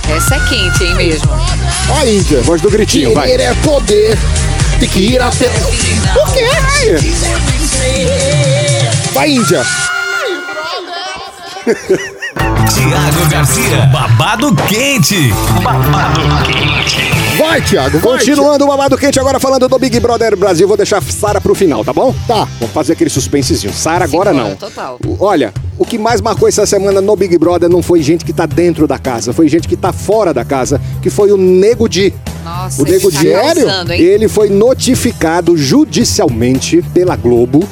Speaker 4: Essa é quente, hein, mesmo.
Speaker 2: Ó, Índia.
Speaker 3: Voz do gritinho, vai.
Speaker 2: Querer é poder, tem que ir até... Por quê? Vai, Índia.
Speaker 1: Tiago Garcia, babado quente. Babado quente.
Speaker 2: Vai, Thiago, vai.
Speaker 3: Continuando o babado quente, agora falando do Big Brother Brasil, vou deixar Sara pro final, tá bom?
Speaker 2: Tá.
Speaker 3: Vamos fazer aquele suspensezinho. Sara agora
Speaker 4: Simbora,
Speaker 3: não.
Speaker 4: total.
Speaker 3: O- Olha, o que mais marcou essa semana no Big Brother não foi gente que tá dentro da casa, foi gente que tá fora da casa, que foi o Nego Di.
Speaker 4: Nossa,
Speaker 3: O Nego
Speaker 4: ele tá
Speaker 3: Diário,
Speaker 4: causando, hein?
Speaker 3: ele foi notificado judicialmente pela Globo,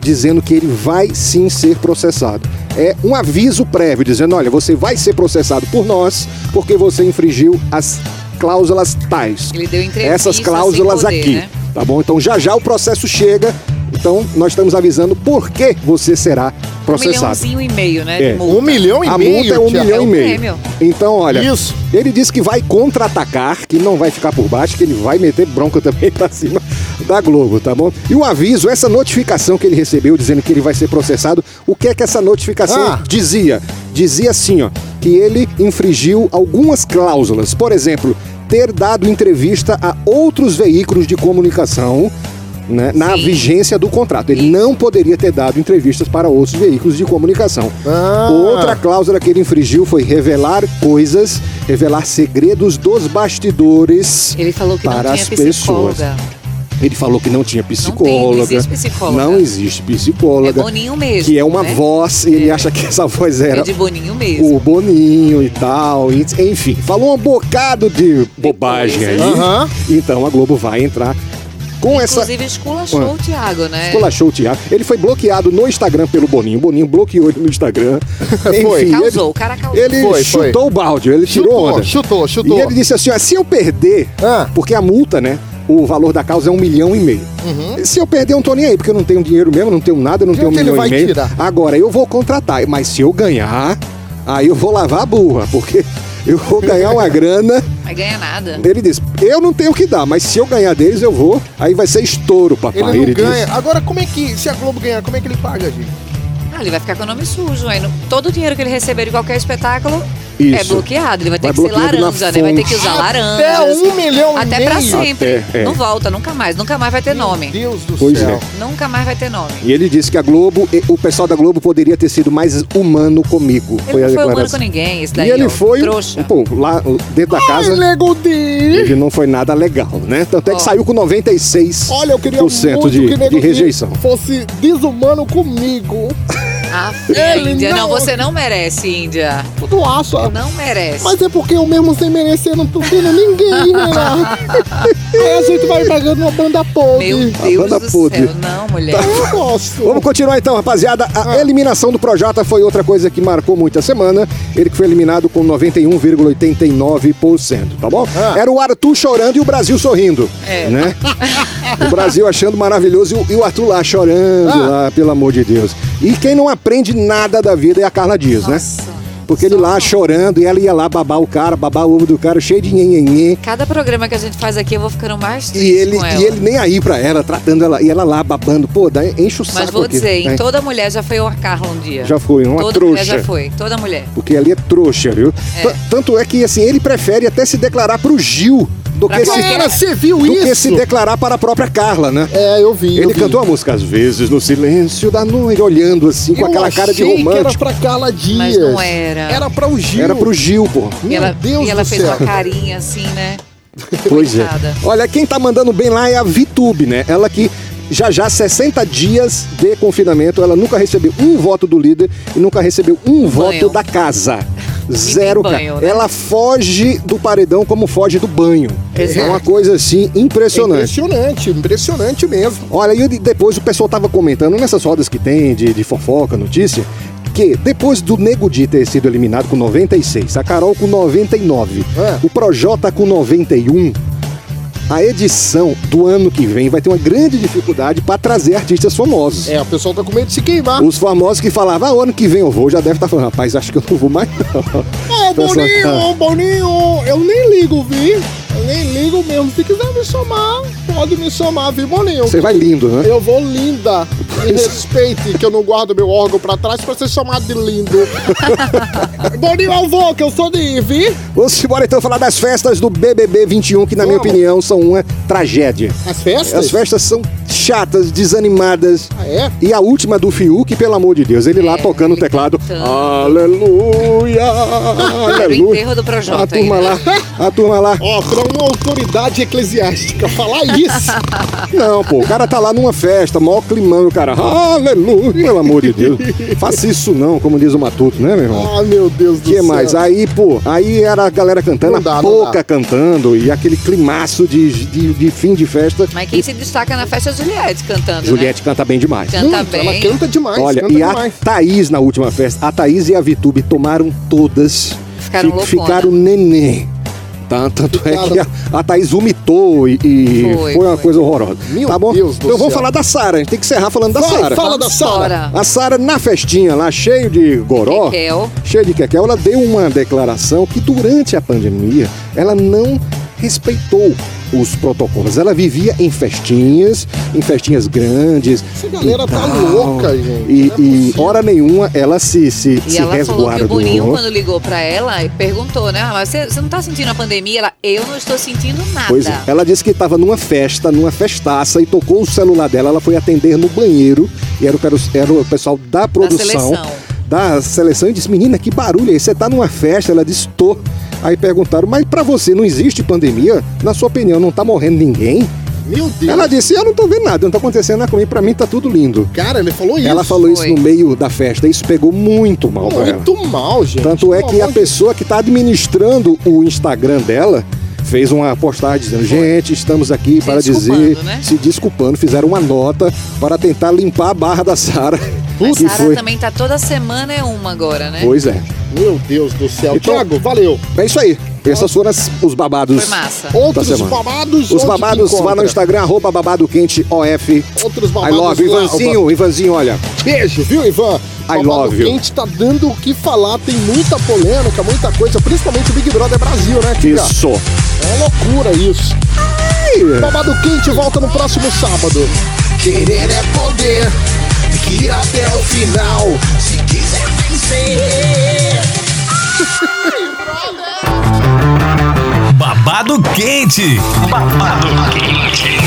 Speaker 3: dizendo que ele vai sim ser processado. É um aviso prévio, dizendo, olha, você vai ser processado por nós, porque você infringiu as cláusulas tais.
Speaker 4: Ele deu entrevista
Speaker 3: Essas
Speaker 4: sem
Speaker 3: cláusulas
Speaker 4: poder,
Speaker 3: aqui,
Speaker 4: né?
Speaker 3: tá bom? Então já já o processo chega, então nós estamos avisando por que você será
Speaker 4: Um
Speaker 3: processado.
Speaker 4: milhãozinho e meio, né? de
Speaker 3: É.
Speaker 4: multa.
Speaker 2: Um milhão e
Speaker 3: A
Speaker 2: meio,
Speaker 3: multa é um
Speaker 2: Thiago.
Speaker 3: milhão
Speaker 4: É
Speaker 3: e
Speaker 4: um
Speaker 3: meio.
Speaker 4: prêmio.
Speaker 3: Então, olha,
Speaker 2: Isso.
Speaker 3: ele disse que vai contra-atacar, que não vai ficar por baixo, que ele vai meter bronca também pra cima da Globo, tá bom? E o aviso, essa notificação que ele recebeu dizendo que ele vai ser processado, o que é que essa notificação
Speaker 2: Ah.
Speaker 3: dizia? Dizia assim, ó, que ele infringiu algumas cláusulas. Por exemplo, ter dado entrevista a outros veículos de comunicação. né, na
Speaker 4: Sim.
Speaker 3: vigência do contrato. Ele não poderia ter dado entrevistas para outros veículos de comunicação.
Speaker 2: Ah.
Speaker 3: Outra cláusula que ele infringiu foi revelar coisas, revelar segredos dos bastidores
Speaker 4: Ele falou que
Speaker 3: para
Speaker 4: não
Speaker 3: as
Speaker 4: tinha psicóloga. É
Speaker 3: pessoas. Ele falou que não tinha psicóloga.
Speaker 4: existe psicóloga.
Speaker 3: Não existe
Speaker 4: É
Speaker 3: psicóloga.
Speaker 4: boninho mesmo,
Speaker 3: que é uma
Speaker 4: né?
Speaker 3: voz, e ele acha que essa voz
Speaker 4: É
Speaker 3: era
Speaker 4: de boninho mesmo.
Speaker 3: o Boninho e tal. e- Enfim, falou um bocado de bobagem aí.
Speaker 2: Aham.
Speaker 3: Então a Globo vai entrar com essa
Speaker 4: né? Inclusive, esculachou
Speaker 3: Ah.
Speaker 4: o Thiago, né?
Speaker 3: Esculachou o Thiago. Ele foi bloqueado no Instagram pelo Boninho. O Boninho bloqueou ele no Instagram.
Speaker 2: Foi.
Speaker 3: Enfim,
Speaker 4: Causou,
Speaker 3: ele-
Speaker 4: o cara causou.
Speaker 3: Ele
Speaker 2: Foi,
Speaker 3: chutou
Speaker 2: foi.
Speaker 3: o balde, ele tirou
Speaker 2: Chutou,
Speaker 3: onda.
Speaker 2: chutou, chutou.
Speaker 3: E ele disse assim: ó, se eu perder,
Speaker 2: Ah.
Speaker 3: porque a multa, né? O valor da causa é um milhão e meio. Se eu perder, eu não tô nem aí, porque eu não tenho dinheiro mesmo, não tenho nada,
Speaker 2: Uhum.
Speaker 3: não
Speaker 2: De
Speaker 3: tenho um
Speaker 2: onde ele
Speaker 3: milhão
Speaker 2: vai
Speaker 3: e meio.
Speaker 2: tirar?
Speaker 3: Agora, eu vou contratar, mas se eu ganhar, aí eu vou lavar a burra, porque eu vou ganhar uma grana.
Speaker 4: Não ganha nada.
Speaker 3: Ele diz, eu não tenho o que dar, mas se eu ganhar deles, eu vou. Aí vai ser estouro, papai.
Speaker 2: Ele não
Speaker 3: Ele diz.
Speaker 2: ganha. Agora, como é que. Se a Globo ganhar, como é que ele paga, gente?
Speaker 4: Ah, ele vai ficar com o nome sujo. Aí no- todo o dinheiro que ele receber de qualquer espetáculo é
Speaker 3: Isso.
Speaker 4: bloqueado. Ele vai ter
Speaker 3: Vai
Speaker 4: que ser
Speaker 3: bloqueado na
Speaker 4: laranja, né? Vai ter que usar
Speaker 2: fonte.
Speaker 4: laranja.
Speaker 2: Até um milhão e
Speaker 4: Até pra
Speaker 2: meio.
Speaker 4: sempre.
Speaker 3: Até, é.
Speaker 4: Não volta, nunca mais. Nunca mais vai ter
Speaker 2: Meu
Speaker 4: nome.
Speaker 2: Deus do
Speaker 3: Pois
Speaker 2: céu.
Speaker 3: é.
Speaker 4: Nunca mais vai ter nome.
Speaker 3: E ele disse que a Globo, e- o pessoal da Globo poderia ter sido mais humano comigo.
Speaker 4: Ele não
Speaker 3: a
Speaker 4: foi humano com
Speaker 3: declaração.
Speaker 4: ninguém, esse daí.
Speaker 3: e ele
Speaker 4: ó,
Speaker 3: foi,
Speaker 4: Trouxa. Ah,
Speaker 3: pô, lá dentro da casa,
Speaker 2: Ai, Lego D.
Speaker 3: ele não foi nada legal, né? Tanto é que
Speaker 4: Ó.
Speaker 3: saiu com 96%
Speaker 2: Olha, eu queria muito
Speaker 3: de,
Speaker 2: que Nego
Speaker 3: de
Speaker 2: Di
Speaker 3: rejeição.
Speaker 2: fosse desumano comigo.
Speaker 4: Ah,
Speaker 2: Ele
Speaker 4: Índia.
Speaker 2: não-
Speaker 4: Não, você não merece, Índia.
Speaker 2: Tu acha?
Speaker 4: Não merece.
Speaker 2: Mas é porque eu mesmo sem merecer não tô vendo ninguém, né? Aí a gente vai pagando uma banda podre.
Speaker 4: Meu
Speaker 3: A
Speaker 4: Deus
Speaker 3: banda
Speaker 4: do
Speaker 3: podre.
Speaker 4: céu. Não, mulher.
Speaker 3: Tá.
Speaker 2: Eu gosto.
Speaker 3: Vamos continuar então, rapaziada. A eliminação do Projota foi outra coisa que marcou muito a semana. Ele que foi eliminado com 91,89%, tá bom?
Speaker 2: Ah.
Speaker 3: Era o Arthur chorando e o Brasil sorrindo.
Speaker 4: É.
Speaker 3: Né? o Brasil achando maravilhoso e o- e o Arthur lá chorando,
Speaker 2: Ah.
Speaker 3: lá, pelo amor de Deus. E quem não aprende nada da vida é a Carla Dias,
Speaker 4: Nossa.
Speaker 3: né? Porque ele lá chorando e ela ia lá babar o cara, babar o ovo do cara, cheio de nhenhenhê.
Speaker 4: Cada programa que a gente faz aqui, eu vou ficando mais triste
Speaker 3: E ele,
Speaker 4: com ela.
Speaker 3: e ele nem aí pra ela, tratando ela, e ela lá babando, pô, dá, enche o saco
Speaker 4: Mas vou
Speaker 3: aqui,
Speaker 4: dizer, então- hein,
Speaker 3: né?
Speaker 4: toda mulher já foi uma Carla um dia.
Speaker 3: Já foi, uma
Speaker 4: toda
Speaker 3: trouxa.
Speaker 4: mulher já foi, toda mulher.
Speaker 3: Porque ali é trouxa, viu? T- Tanto é que, assim, ele prefere até se declarar pro Gil do,
Speaker 4: Pra
Speaker 3: que se,
Speaker 2: Cara,
Speaker 4: qualquer-
Speaker 2: você viu
Speaker 3: do
Speaker 2: isso?
Speaker 3: que se declarar para a própria Carla, né?
Speaker 2: É, eu vi. eu
Speaker 3: Ele
Speaker 2: vi.
Speaker 3: cantou a música, às vezes, no silêncio da noite, olhando assim, com
Speaker 2: Eu
Speaker 3: aquela cara de
Speaker 2: achei que
Speaker 3: romântico.
Speaker 2: Era pra Carla Dias.
Speaker 4: Mas não era.
Speaker 2: Era pra o Gil.
Speaker 3: Era pro Gil, pô.
Speaker 4: e
Speaker 2: Meu
Speaker 4: ela,
Speaker 2: Deus
Speaker 4: e ela
Speaker 2: do
Speaker 4: fez
Speaker 2: céu.
Speaker 4: uma carinha assim, né?
Speaker 3: Pois é.
Speaker 4: Coitada.
Speaker 3: Olha, quem tá mandando bem lá é a Vitube, né? Ela que já já 60 dias de confinamento, ela nunca recebeu um voto do líder e nunca recebeu um voto da casa. Zero, cara.
Speaker 4: banho, né?
Speaker 3: Ela foge do paredão como foge do banho. É uma coisa assim impressionante.
Speaker 2: É Impressionante, impressionante mesmo.
Speaker 3: Olha, e de- depois o pessoal tava comentando nessas rodas que tem de, de fofoca, notícia, que depois do Nego Di ter sido eliminado com 96, a Carol com 99,
Speaker 2: É.
Speaker 3: o Projota com 91, a edição do ano que vem vai ter uma grande dificuldade para trazer artistas famosos.
Speaker 2: É, o pessoal tá com medo de se queimar.
Speaker 3: Os famosos que falavam, ah, ano que vem eu vou, já deve estar falando, rapaz, acho que eu não vou mais não.
Speaker 2: Ô,
Speaker 3: Tá
Speaker 2: Boninho,
Speaker 3: certo.
Speaker 2: ô, Boninho, eu nem ligo, vi? Eu nem ligo mesmo. Se quiser me somar, pode me somar, vi, Boninho?
Speaker 3: Você vai lindo, né?
Speaker 2: Eu vou linda. Me respeite que eu não guardo meu órgão pra trás pra ser chamado de lindo. Boninho, eu vou, que eu sou de ir, vi?
Speaker 3: Vamos embora então falar das festas do BBB 21, que na minha
Speaker 2: Vamos.
Speaker 3: opinião são uma tragédia.
Speaker 2: As festas?
Speaker 3: As festas são chatas, desanimadas.
Speaker 2: Ah, é?
Speaker 3: E a última do Fiuk, pelo amor de Deus, ele lá
Speaker 4: É,
Speaker 3: tocando o
Speaker 4: ele
Speaker 3: teclado.
Speaker 4: cantando.
Speaker 3: Aleluia!
Speaker 4: Era o
Speaker 3: Aleluia!
Speaker 4: enterro do Projota né?
Speaker 3: A é turma
Speaker 4: ainda.
Speaker 3: lá, a turma lá.
Speaker 2: Ó, pra uma autoridade eclesiástica falar isso,
Speaker 3: Não, pô, o cara tá lá numa festa, maior climão, e o cara. Aleluia! Pelo amor de Deus. Faça isso não, como diz o Matuto, né, meu irmão?
Speaker 2: ah, meu Deus do
Speaker 3: O que
Speaker 2: céu.
Speaker 3: mais? Ah, Aí, pô, aí era a galera cantando,
Speaker 2: Não dá,
Speaker 3: a
Speaker 2: não
Speaker 3: pouca
Speaker 2: dá.
Speaker 3: cantando, e aquele climaço de, de, de fim de festa.
Speaker 4: Mas né? quem se destaca na festa é a Juliette cantando,
Speaker 3: Juliette canta bem demais.
Speaker 4: né? Canta
Speaker 2: Muito, ela
Speaker 4: bem.
Speaker 2: canta demais,
Speaker 3: Olha,
Speaker 2: canta
Speaker 3: e a
Speaker 2: demais.
Speaker 3: Thaís na última festa, a Thaís e a Vitube tomaram todas.
Speaker 4: Ficaram loucona.
Speaker 3: Ficaram neném. Tá? Tanto é
Speaker 2: Ficaram-
Speaker 3: que a, a Thaís vomitou e, e foi,
Speaker 4: Foi,
Speaker 3: uma
Speaker 4: foi.
Speaker 3: coisa horrorosa.
Speaker 2: Meu
Speaker 3: tá bom?
Speaker 2: Deus do
Speaker 3: então vamos
Speaker 2: céu.
Speaker 3: falar da Sara. A gente tem que encerrar falando da
Speaker 2: Vai,
Speaker 3: Sara.
Speaker 2: fala
Speaker 4: Vamos
Speaker 2: da Sara.
Speaker 4: embora.
Speaker 3: A Sara na festinha lá, cheio de goró,
Speaker 4: Kekel.
Speaker 3: cheio de kekel, ela deu uma declaração que durante a pandemia ela não respeitou os protocolos. Ela vivia em festinhas, em festinhas grandes.
Speaker 2: Essa galera
Speaker 3: e
Speaker 2: tá
Speaker 3: tal.
Speaker 2: louca, gente.
Speaker 3: Então, E,
Speaker 2: Não é
Speaker 3: e
Speaker 2: possível.
Speaker 3: hora nenhuma ela se, se,
Speaker 4: E
Speaker 3: se
Speaker 4: ela falou que
Speaker 3: resguarda
Speaker 4: o Boninho,
Speaker 3: do
Speaker 4: quando ligou pra ela, e perguntou, né? Ah, mas você, você não tá sentindo a pandemia? Ela, eu não estou sentindo nada.
Speaker 3: Pois é. Ela disse que estava numa festa, numa festaça, e tocou o celular dela. Ela foi atender no banheiro, e era o, cara- era o pessoal da produção.
Speaker 4: seleção.
Speaker 3: Da seleção, e disse: Menina, que barulho é esse? Você tá numa festa? Ela disse: Tô. Aí perguntaram: Mas pra você não existe pandemia? Na sua opinião, não tá morrendo ninguém?
Speaker 2: Meu Deus.
Speaker 3: Ela disse: Eu não tô vendo nada, não tá acontecendo nada comigo, pra mim tá tudo lindo.
Speaker 2: Cara, ele falou isso.
Speaker 3: ela falou
Speaker 4: foi.
Speaker 3: isso no meio da festa, isso pegou muito mal pra ela.
Speaker 2: muito mal, gente.
Speaker 3: Tanto é
Speaker 2: Pelo
Speaker 3: que a
Speaker 2: amor de
Speaker 3: pessoa que está administrando o Instagram dela fez uma postagem dizendo: gente, estamos aqui para dizer,
Speaker 4: desculpando, né?
Speaker 3: se desculpando, fizeram uma nota para tentar limpar a barra da Sara.
Speaker 4: Mas
Speaker 3: que
Speaker 4: Sara
Speaker 3: foi.
Speaker 4: também tá toda semana é uma agora, né?
Speaker 3: Pois é.
Speaker 2: Meu Deus do céu.
Speaker 3: Então-
Speaker 2: Thiago, valeu.
Speaker 3: É isso aí. Esses foram as- os babados.
Speaker 4: Foi massa.
Speaker 2: Outros
Speaker 3: Da semana.
Speaker 2: babados.
Speaker 3: Os
Speaker 2: onde
Speaker 3: babados,
Speaker 2: te
Speaker 3: vá no
Speaker 2: encontra?
Speaker 3: Instagram, arroba babadoquenteof.
Speaker 2: Outros
Speaker 3: I
Speaker 2: babados.
Speaker 3: love.
Speaker 2: lá,
Speaker 3: Ivanzinho, Ivanzinho, olha.
Speaker 2: ó, Beijo, viu, Ivan?
Speaker 3: I
Speaker 2: Babado
Speaker 3: love you.
Speaker 2: quente tá dando o que falar, tem muita polêmica, muita coisa, principalmente o Big Brother Brasil, né, Kika?
Speaker 3: Isso.
Speaker 2: É uma loucura isso. Babado quente volta no próximo sábado.
Speaker 1: Querer é poder, ir até o final. Se quiser vencer. Babado quente. Babado quente.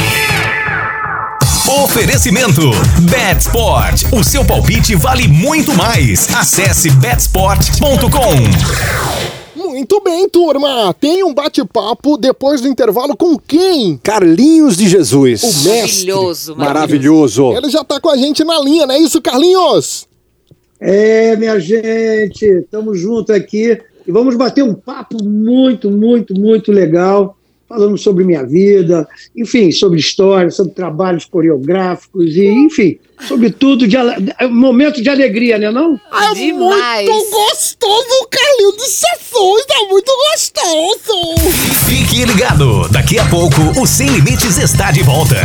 Speaker 1: Oferecimento Betsport. O seu palpite vale muito mais. Acesse betsport.com.
Speaker 2: Muito bem, turma. Tem um bate-papo depois do intervalo com quem?
Speaker 3: Carlinhos de Jesus.
Speaker 2: O mestre.
Speaker 4: Maravilhoso,
Speaker 3: Maravilhoso.
Speaker 2: Ele já tá com a gente na linha, não é isso, Carlinhos?
Speaker 6: É, minha gente, estamos juntos aqui e vamos bater um papo muito, muito, muito legal, falando sobre minha vida, enfim, sobre história, sobre trabalhos coreográficos e, enfim, sobre tudo, de ale- é um momento de alegria, né não?
Speaker 4: É
Speaker 3: é
Speaker 4: Demais.
Speaker 2: É gostoso, Carlinhos de Jesus. Tá muito gostoso.
Speaker 1: Fique ligado, daqui a pouco o Sem Limites está de volta.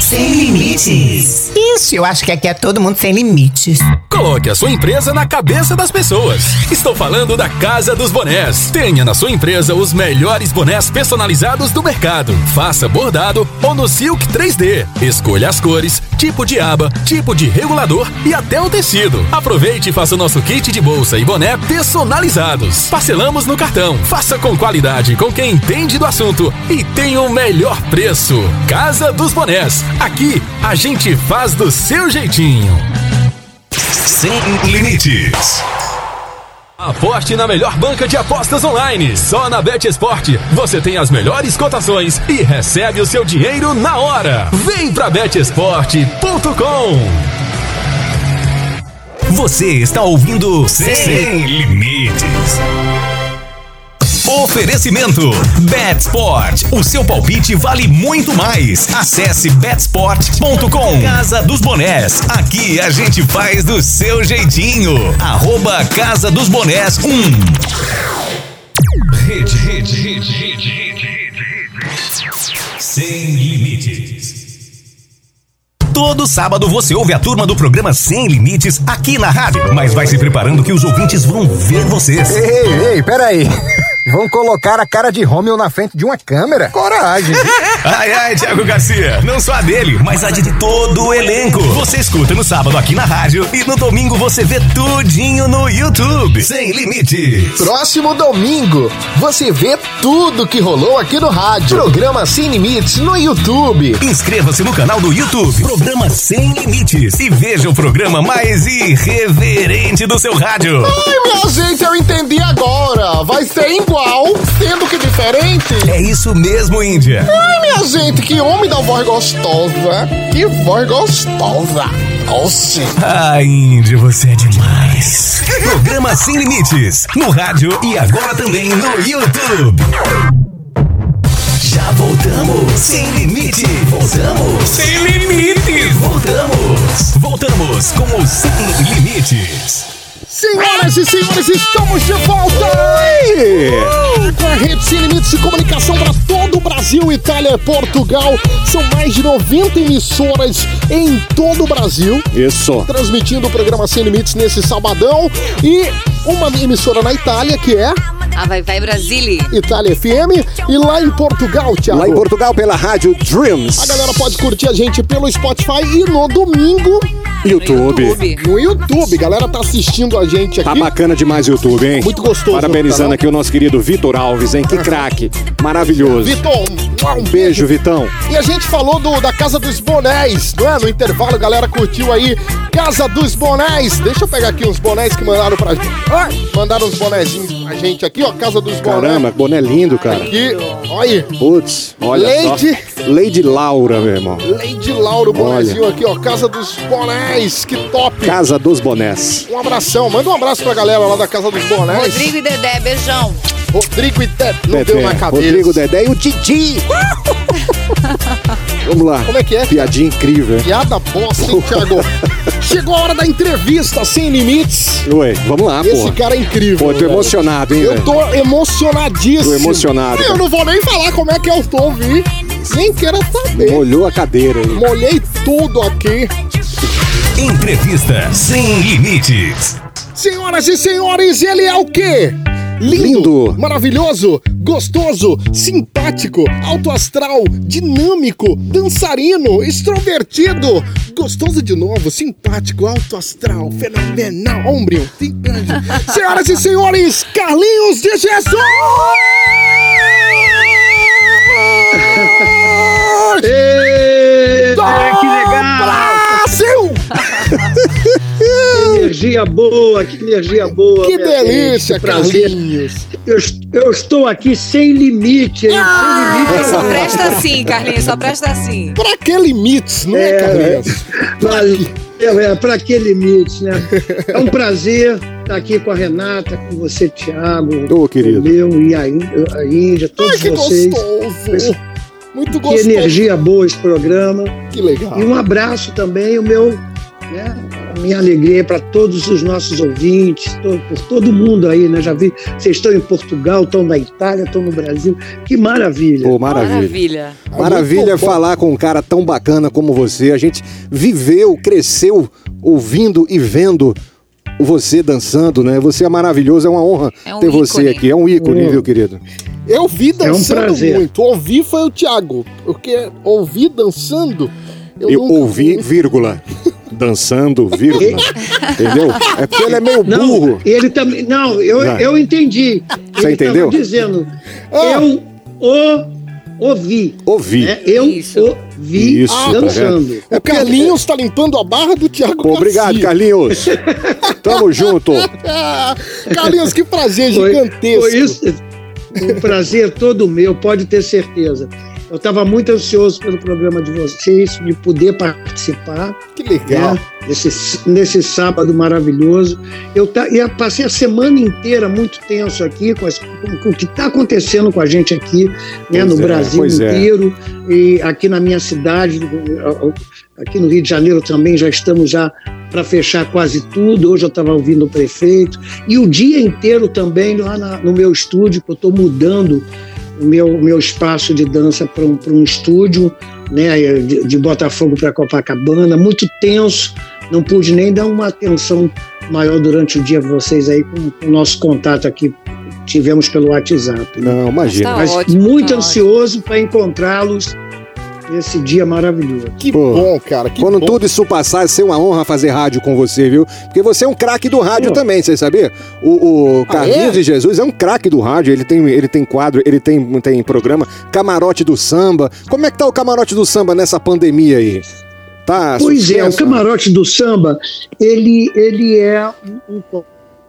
Speaker 1: Sem Limites.
Speaker 7: Isso, eu acho que aqui é todo mundo sem limites.
Speaker 8: Coloque a sua empresa na cabeça das pessoas. Estou falando da Casa dos Bonés. Tenha na sua empresa os melhores bonés personalizados do mercado. Faça bordado ou no Silk 3D. Escolha as cores, tipo de aba, tipo de regulador e até o tecido. Aproveite e faça o nosso kit de bolsa e boné personalizados. Parcelamos no cartão. Faça com qualidade, com quem entende do assunto e tenha o melhor preço. Casa dos Bonés. Aqui a gente faz do seu jeitinho.
Speaker 1: Sem Limites.
Speaker 8: Aposte na melhor banca de apostas online. Só na BetEsporte você tem as melhores cotações e recebe o seu dinheiro na hora. Vem pra betesporte.com.
Speaker 1: Você está ouvindo Sem Limites. Oferecimento Betsport. O seu palpite vale muito mais. Acesse betsport.com. Casa dos Bonés. Aqui a gente faz do seu jeitinho. Arroba Casa dos Bonés 1. Rede, rede, rede, rede, rede, rede, rede. Sem limites. Todo sábado você ouve a turma do programa Sem Limites aqui na rádio. Mas vai se preparando que os ouvintes vão ver vocês.
Speaker 9: Ei, ei, peraí. Vão colocar a cara de Romeu na frente de uma câmera? Coragem.
Speaker 1: Ai, ai, Thiago Garcia. Não só a dele, mas a de todo o elenco. Você escuta no sábado aqui na rádio e no domingo você vê tudinho no YouTube. Sem limites.
Speaker 9: Próximo domingo, você vê tudo que rolou aqui no rádio. Programa Sem Limites no YouTube.
Speaker 1: Inscreva-se no canal do YouTube. Programa Sem Limites. E veja o programa mais irreverente do seu rádio.
Speaker 2: Ai, minha gente, eu entendi agora. Vai ser igual, sendo que diferente.
Speaker 1: É isso mesmo, Índia.
Speaker 2: Ai, minha gente, que homem da voz gostosa. Que voz gostosa. Oxi.
Speaker 1: Ah, Índia, você é demais. programa Sem Limites. No rádio e agora também no YouTube. Já voltamos. Sem limite. Voltamos. Sem limite. Voltamos. Voltamos com o Sem Limites.
Speaker 2: Senhoras e senhores, estamos de volta. Com a rede Sem Limites de Comunicação para todo o Brasil, Itália, Portugal. São mais de 90 emissoras em todo o Brasil.
Speaker 3: Isso.
Speaker 2: Transmitindo o programa Sem Limites nesse sabadão. E uma emissora na Itália, que é
Speaker 4: Ah, vai, vai, Brasília.
Speaker 2: Itália FM. E lá em Portugal, Thiago.
Speaker 3: Lá em Portugal, pela rádio Dreams.
Speaker 2: A galera pode curtir a gente pelo Spotify e no domingo
Speaker 3: YouTube.
Speaker 2: no YouTube. A galera tá assistindo a gente
Speaker 3: Tá
Speaker 2: aqui.
Speaker 3: bacana demais o YouTube, hein?
Speaker 2: Muito gostoso, tá
Speaker 3: Parabenizando
Speaker 2: canal.
Speaker 3: aqui o nosso querido Vitor Alves, hein? Que craque. Maravilhoso.
Speaker 2: Vitor, um,
Speaker 3: Um beijo, Vitão.
Speaker 2: E a gente falou do, da Casa dos Bonés, não é? No intervalo, a galera curtiu aí. Casa dos Bonés. Deixa eu pegar aqui uns bonés que mandaram pra gente. Ah, mandaram uns bonézinhos pra gente aqui, ó. Casa dos Bonés.
Speaker 3: Caramba, que boné lindo, cara.
Speaker 2: Aqui, olha aí.
Speaker 3: Putz, olha
Speaker 2: Lady.
Speaker 3: só. Lady Laura, meu irmão.
Speaker 2: Lady Lauro, bonézinho aqui, ó. Casa dos Bonés. Que top.
Speaker 3: Casa dos Bonés.
Speaker 2: Um abração. Manda um abraço pra galera lá da Casa dos Bonés.
Speaker 4: Rodrigo e Dedé, beijão.
Speaker 2: Rodrigo e Té. Não deu
Speaker 3: Dedé,
Speaker 2: na cabeça.
Speaker 3: é. Rodrigo Dedé e o Didi. Vamos lá.
Speaker 2: Como é que é?
Speaker 3: Piadinha incrível. hein?
Speaker 2: Piada bosta, hein, Thiago? Chegou a hora da entrevista sem limites.
Speaker 3: Ué, vamos lá,
Speaker 2: Esse
Speaker 3: pô.
Speaker 2: cara é incrível.
Speaker 3: Ah, Pô, tô
Speaker 2: velho.
Speaker 3: emocionado, hein,
Speaker 2: Eu
Speaker 3: velho?
Speaker 2: tô emocionadíssimo.
Speaker 3: Tô emocionado,
Speaker 2: Eu
Speaker 3: cara.
Speaker 2: não vou nem falar como é que eu tô, vi. Nem quero saber.
Speaker 3: Molhou a cadeira aí.
Speaker 2: Molhei tudo aqui.
Speaker 1: Entrevista Sem Limites.
Speaker 2: Senhoras e senhores, ele é o quê?
Speaker 3: Lindo.
Speaker 2: maravilhoso, gostoso, simpático, alto astral, dinâmico, dançarino, extrovertido, gostoso de novo, simpático, alto astral, fenomenal, ombrio. simpático. Senhoras e senhores, Carlinhos de Jesus!
Speaker 6: Ê, cara, É, que legal!
Speaker 2: Brasil!
Speaker 6: Que energia boa, que energia boa.
Speaker 2: Que
Speaker 6: minha gente,
Speaker 2: delícia,
Speaker 6: que prazer.
Speaker 2: Carlinhos!
Speaker 6: Eu, est- eu estou aqui sem limite, hein?
Speaker 2: Ah,
Speaker 6: sem limite.
Speaker 4: Só
Speaker 3: tá
Speaker 4: presta assim, Carlinhos, só presta assim.
Speaker 2: Pra que limites, não é,
Speaker 6: É,
Speaker 2: Carlinhos?
Speaker 6: Valeu, é, para que limite, né? É um prazer estar aqui com a Renata, com você, Thiago,
Speaker 3: Ô, querido.
Speaker 6: o meu e a, Ín- a Índia, todos
Speaker 2: Ai, que
Speaker 6: vocês.
Speaker 2: gostoso! Muito
Speaker 6: Que
Speaker 2: gostoso, que,
Speaker 6: energia boa esse programa.
Speaker 2: legal!
Speaker 3: Ah.
Speaker 6: E um abraço também, o meu, né, a minha alegria para todos os nossos ouvintes, to- por todo mundo aí, né? Já vi, vocês estão em Portugal, estão na Itália, estão no Brasil. Que maravilha.
Speaker 3: Pô, maravilha.
Speaker 4: Maravilha.
Speaker 3: Maravilha
Speaker 2: Muito bom.
Speaker 3: falar com um cara tão bacana como você. A gente viveu, cresceu ouvindo e vendo você dançando, né? Você é maravilhoso, é uma honra
Speaker 4: É um
Speaker 3: ter você
Speaker 4: ícone.
Speaker 3: aqui. É um ícone,
Speaker 6: Hum.
Speaker 3: viu, querido?
Speaker 2: Eu vi dançando
Speaker 6: É um prazer.
Speaker 2: muito. Ouvi foi o Thiago. Porque ouvi dançando. Eu,
Speaker 3: Eu,
Speaker 2: nunca
Speaker 3: ouvi,
Speaker 2: vi.
Speaker 3: vírgula. Dançando, vírgula. Entendeu? É porque ele é meio
Speaker 6: Não,
Speaker 3: burro.
Speaker 6: ele também. Não, eu,
Speaker 3: Vai.
Speaker 6: eu entendi.
Speaker 3: Você
Speaker 6: ele
Speaker 3: entendeu?
Speaker 6: Tava dizendo,
Speaker 2: Ah.
Speaker 6: eu o, ouvi.
Speaker 3: Ouvi.
Speaker 6: Né? Eu
Speaker 4: Isso.
Speaker 6: ouvi
Speaker 3: Isso, tá
Speaker 6: dançando.
Speaker 2: O Carlinhos tá limpando a barra do Thiago
Speaker 3: Pô, obrigado,
Speaker 2: Garcia.
Speaker 3: Carlinhos. Tamo junto.
Speaker 2: Carlinhos. Carlinhos, que prazer
Speaker 6: Foi-
Speaker 2: gigantesco.
Speaker 6: Foi isso. Um prazer todo meu, pode ter certeza. Eu estava muito ansioso pelo programa de vocês, de poder participar
Speaker 2: Que legal.
Speaker 6: né, nesse, nesse sábado maravilhoso. Eu tá, e eu passei a semana inteira muito tenso aqui com, as- com- com o que está acontecendo com a gente aqui, né,
Speaker 3: Pois
Speaker 6: no
Speaker 3: é,
Speaker 6: Brasil
Speaker 3: pois é.
Speaker 6: inteiro e aqui na minha cidade, no- aqui no Rio de Janeiro também já estamos já para fechar quase tudo. Hoje eu estava ouvindo o prefeito e o dia inteiro também lá na- no meu estúdio que eu estou mudando o meu meu espaço de dança para um, pra um estúdio né, de, de Botafogo para Copacabana, muito tenso, não pude nem dar uma atenção maior durante o dia pra vocês aí com com o nosso contato aqui tivemos pelo WhatsApp. né?
Speaker 3: Não, imagina.
Speaker 4: Tá
Speaker 6: Mas
Speaker 4: ótimo,
Speaker 6: muito
Speaker 4: tá
Speaker 6: ansioso para encontrá-los nesse dia maravilhoso.
Speaker 2: Que
Speaker 3: Pô.
Speaker 2: bom, cara. Que
Speaker 3: Quando
Speaker 2: bom.
Speaker 3: tudo isso passar, vai ser uma honra fazer rádio com você, viu? Porque você é um craque do rádio
Speaker 6: Pô.
Speaker 3: também, você sabia? O, o
Speaker 2: Ah,
Speaker 3: Carlinhos
Speaker 2: é?
Speaker 3: de Jesus é um craque do rádio, ele tem, ele tem quadro, ele tem, tem programa, camarote do samba. Como é que tá o camarote do samba nessa pandemia aí? Tá
Speaker 6: Pois é, o
Speaker 3: sucesso?
Speaker 6: camarote do samba, ele, ele é um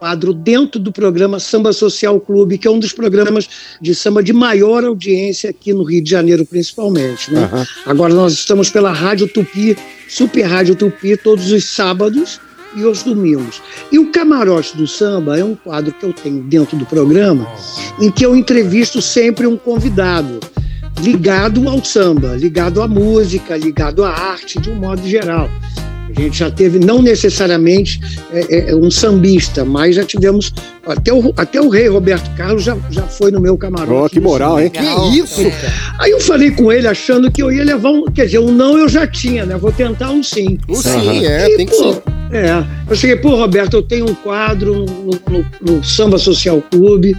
Speaker 6: um quadro dentro do programa Samba Social Clube, que é um dos programas de samba de maior audiência aqui no Rio de Janeiro, principalmente. Né?
Speaker 3: Aham.
Speaker 6: Agora nós estamos pela Rádio Tupi, Super Rádio Tupi, todos os sábados e os domingos. E o Camarote do Samba é um quadro que eu tenho dentro do programa, em que eu entrevisto sempre um convidado ligado ao samba, ligado à música, ligado à arte de um modo geral. A gente já teve, não necessariamente é, é, um sambista, mas já tivemos. Até o, até o rei Roberto Carlos já, já foi no meu camarote.
Speaker 3: Ó, que
Speaker 6: do samba.
Speaker 3: moral, hein?
Speaker 4: Legal.
Speaker 2: Que isso,
Speaker 4: É.
Speaker 2: cara.
Speaker 6: Aí eu falei com ele achando que eu ia levar um. Quer dizer, um não eu já tinha, né? Vou tentar um sim.
Speaker 2: O
Speaker 3: Aham.
Speaker 2: Sim, é,
Speaker 6: E,
Speaker 2: tem que
Speaker 6: pô,
Speaker 2: ser.
Speaker 6: É. Eu cheguei, pô, Roberto, eu tenho um quadro no, no- no Samba Social Clube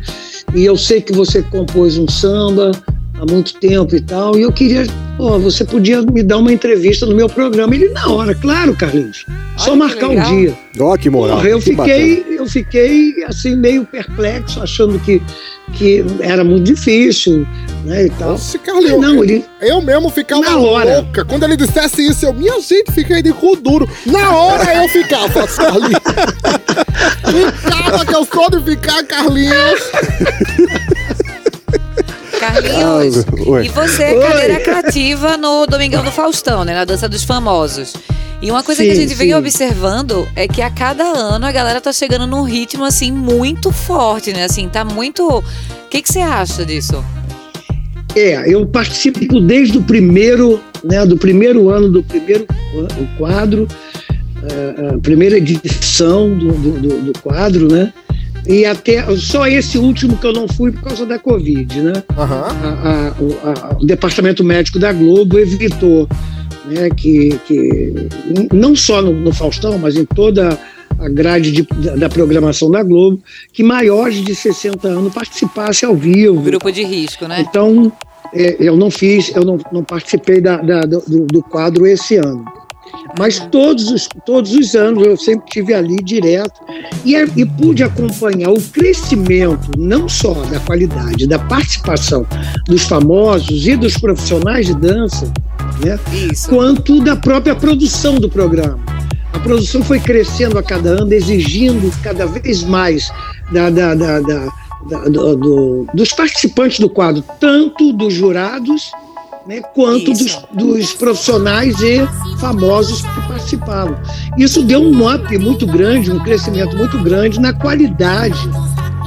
Speaker 6: e eu sei que você compôs um samba há muito tempo e tal, e eu queria, pô, você podia me dar uma entrevista no meu programa. Ele, na hora, claro, Carlinhos,
Speaker 4: Olha
Speaker 6: só
Speaker 4: que
Speaker 6: marcar um
Speaker 4: legal.
Speaker 6: dia.
Speaker 3: Ó, que moral.
Speaker 6: Porra, eu
Speaker 3: que bacana.
Speaker 6: fiquei, eu fiquei assim meio perplexo, achando que, que era muito difícil, né, e tal.
Speaker 2: Nossa, Carlinhos.
Speaker 6: Não, ele,
Speaker 2: Eu mesmo ficava
Speaker 6: Na hora.
Speaker 2: louca. Quando ele dissesse isso, eu, minha gente, fiquei de cu duro. Na hora eu ficava, Carlinhos. ficava que eu sou de ficar, Carlinhos.
Speaker 4: Carlinhos,
Speaker 3: Ah, oi.
Speaker 4: e você é cadeira cativa no Domingão do Faustão, né? Na dança dos famosos. E uma coisa que a
Speaker 6: Sim,
Speaker 4: gente vem
Speaker 6: sim.
Speaker 4: observando é que a cada ano a galera tá chegando num ritmo, assim, muito forte, né? Assim, tá muito. O que, que você acha disso?
Speaker 6: É, eu participo desde o primeiro, né, do primeiro ano do primeiro qua- o quadro, eh, a primeira edição do, do, do- do quadro, né? E até só esse último que eu não fui por causa da Covid, né?
Speaker 2: Aham.
Speaker 6: A- a- o, a- o departamento médico da Globo evitou né, que, que n- não só no, no Faustão, mas em toda a grade de- da, da programação da Globo, que maiores de 60 anos participassem ao vivo.
Speaker 4: Grupo de risco, né?
Speaker 6: Então, é, eu não fiz, eu não, não participei da- da- do, do quadro esse ano. Mas todos os, todos os anos eu sempre tive ali direto e, é- e pude acompanhar o crescimento, não só da qualidade, da participação dos famosos e dos profissionais de dança, né,
Speaker 4: Isso.
Speaker 6: quanto da própria produção do programa. A produção foi crescendo a cada ano, exigindo cada vez mais da- da- da- da- da- do- do- dos participantes do quadro, tanto dos jurados né, quanto dos,
Speaker 4: Isso.
Speaker 6: dos profissionais e famosos que participavam. Isso deu um up muito grande, um crescimento muito grande na qualidade.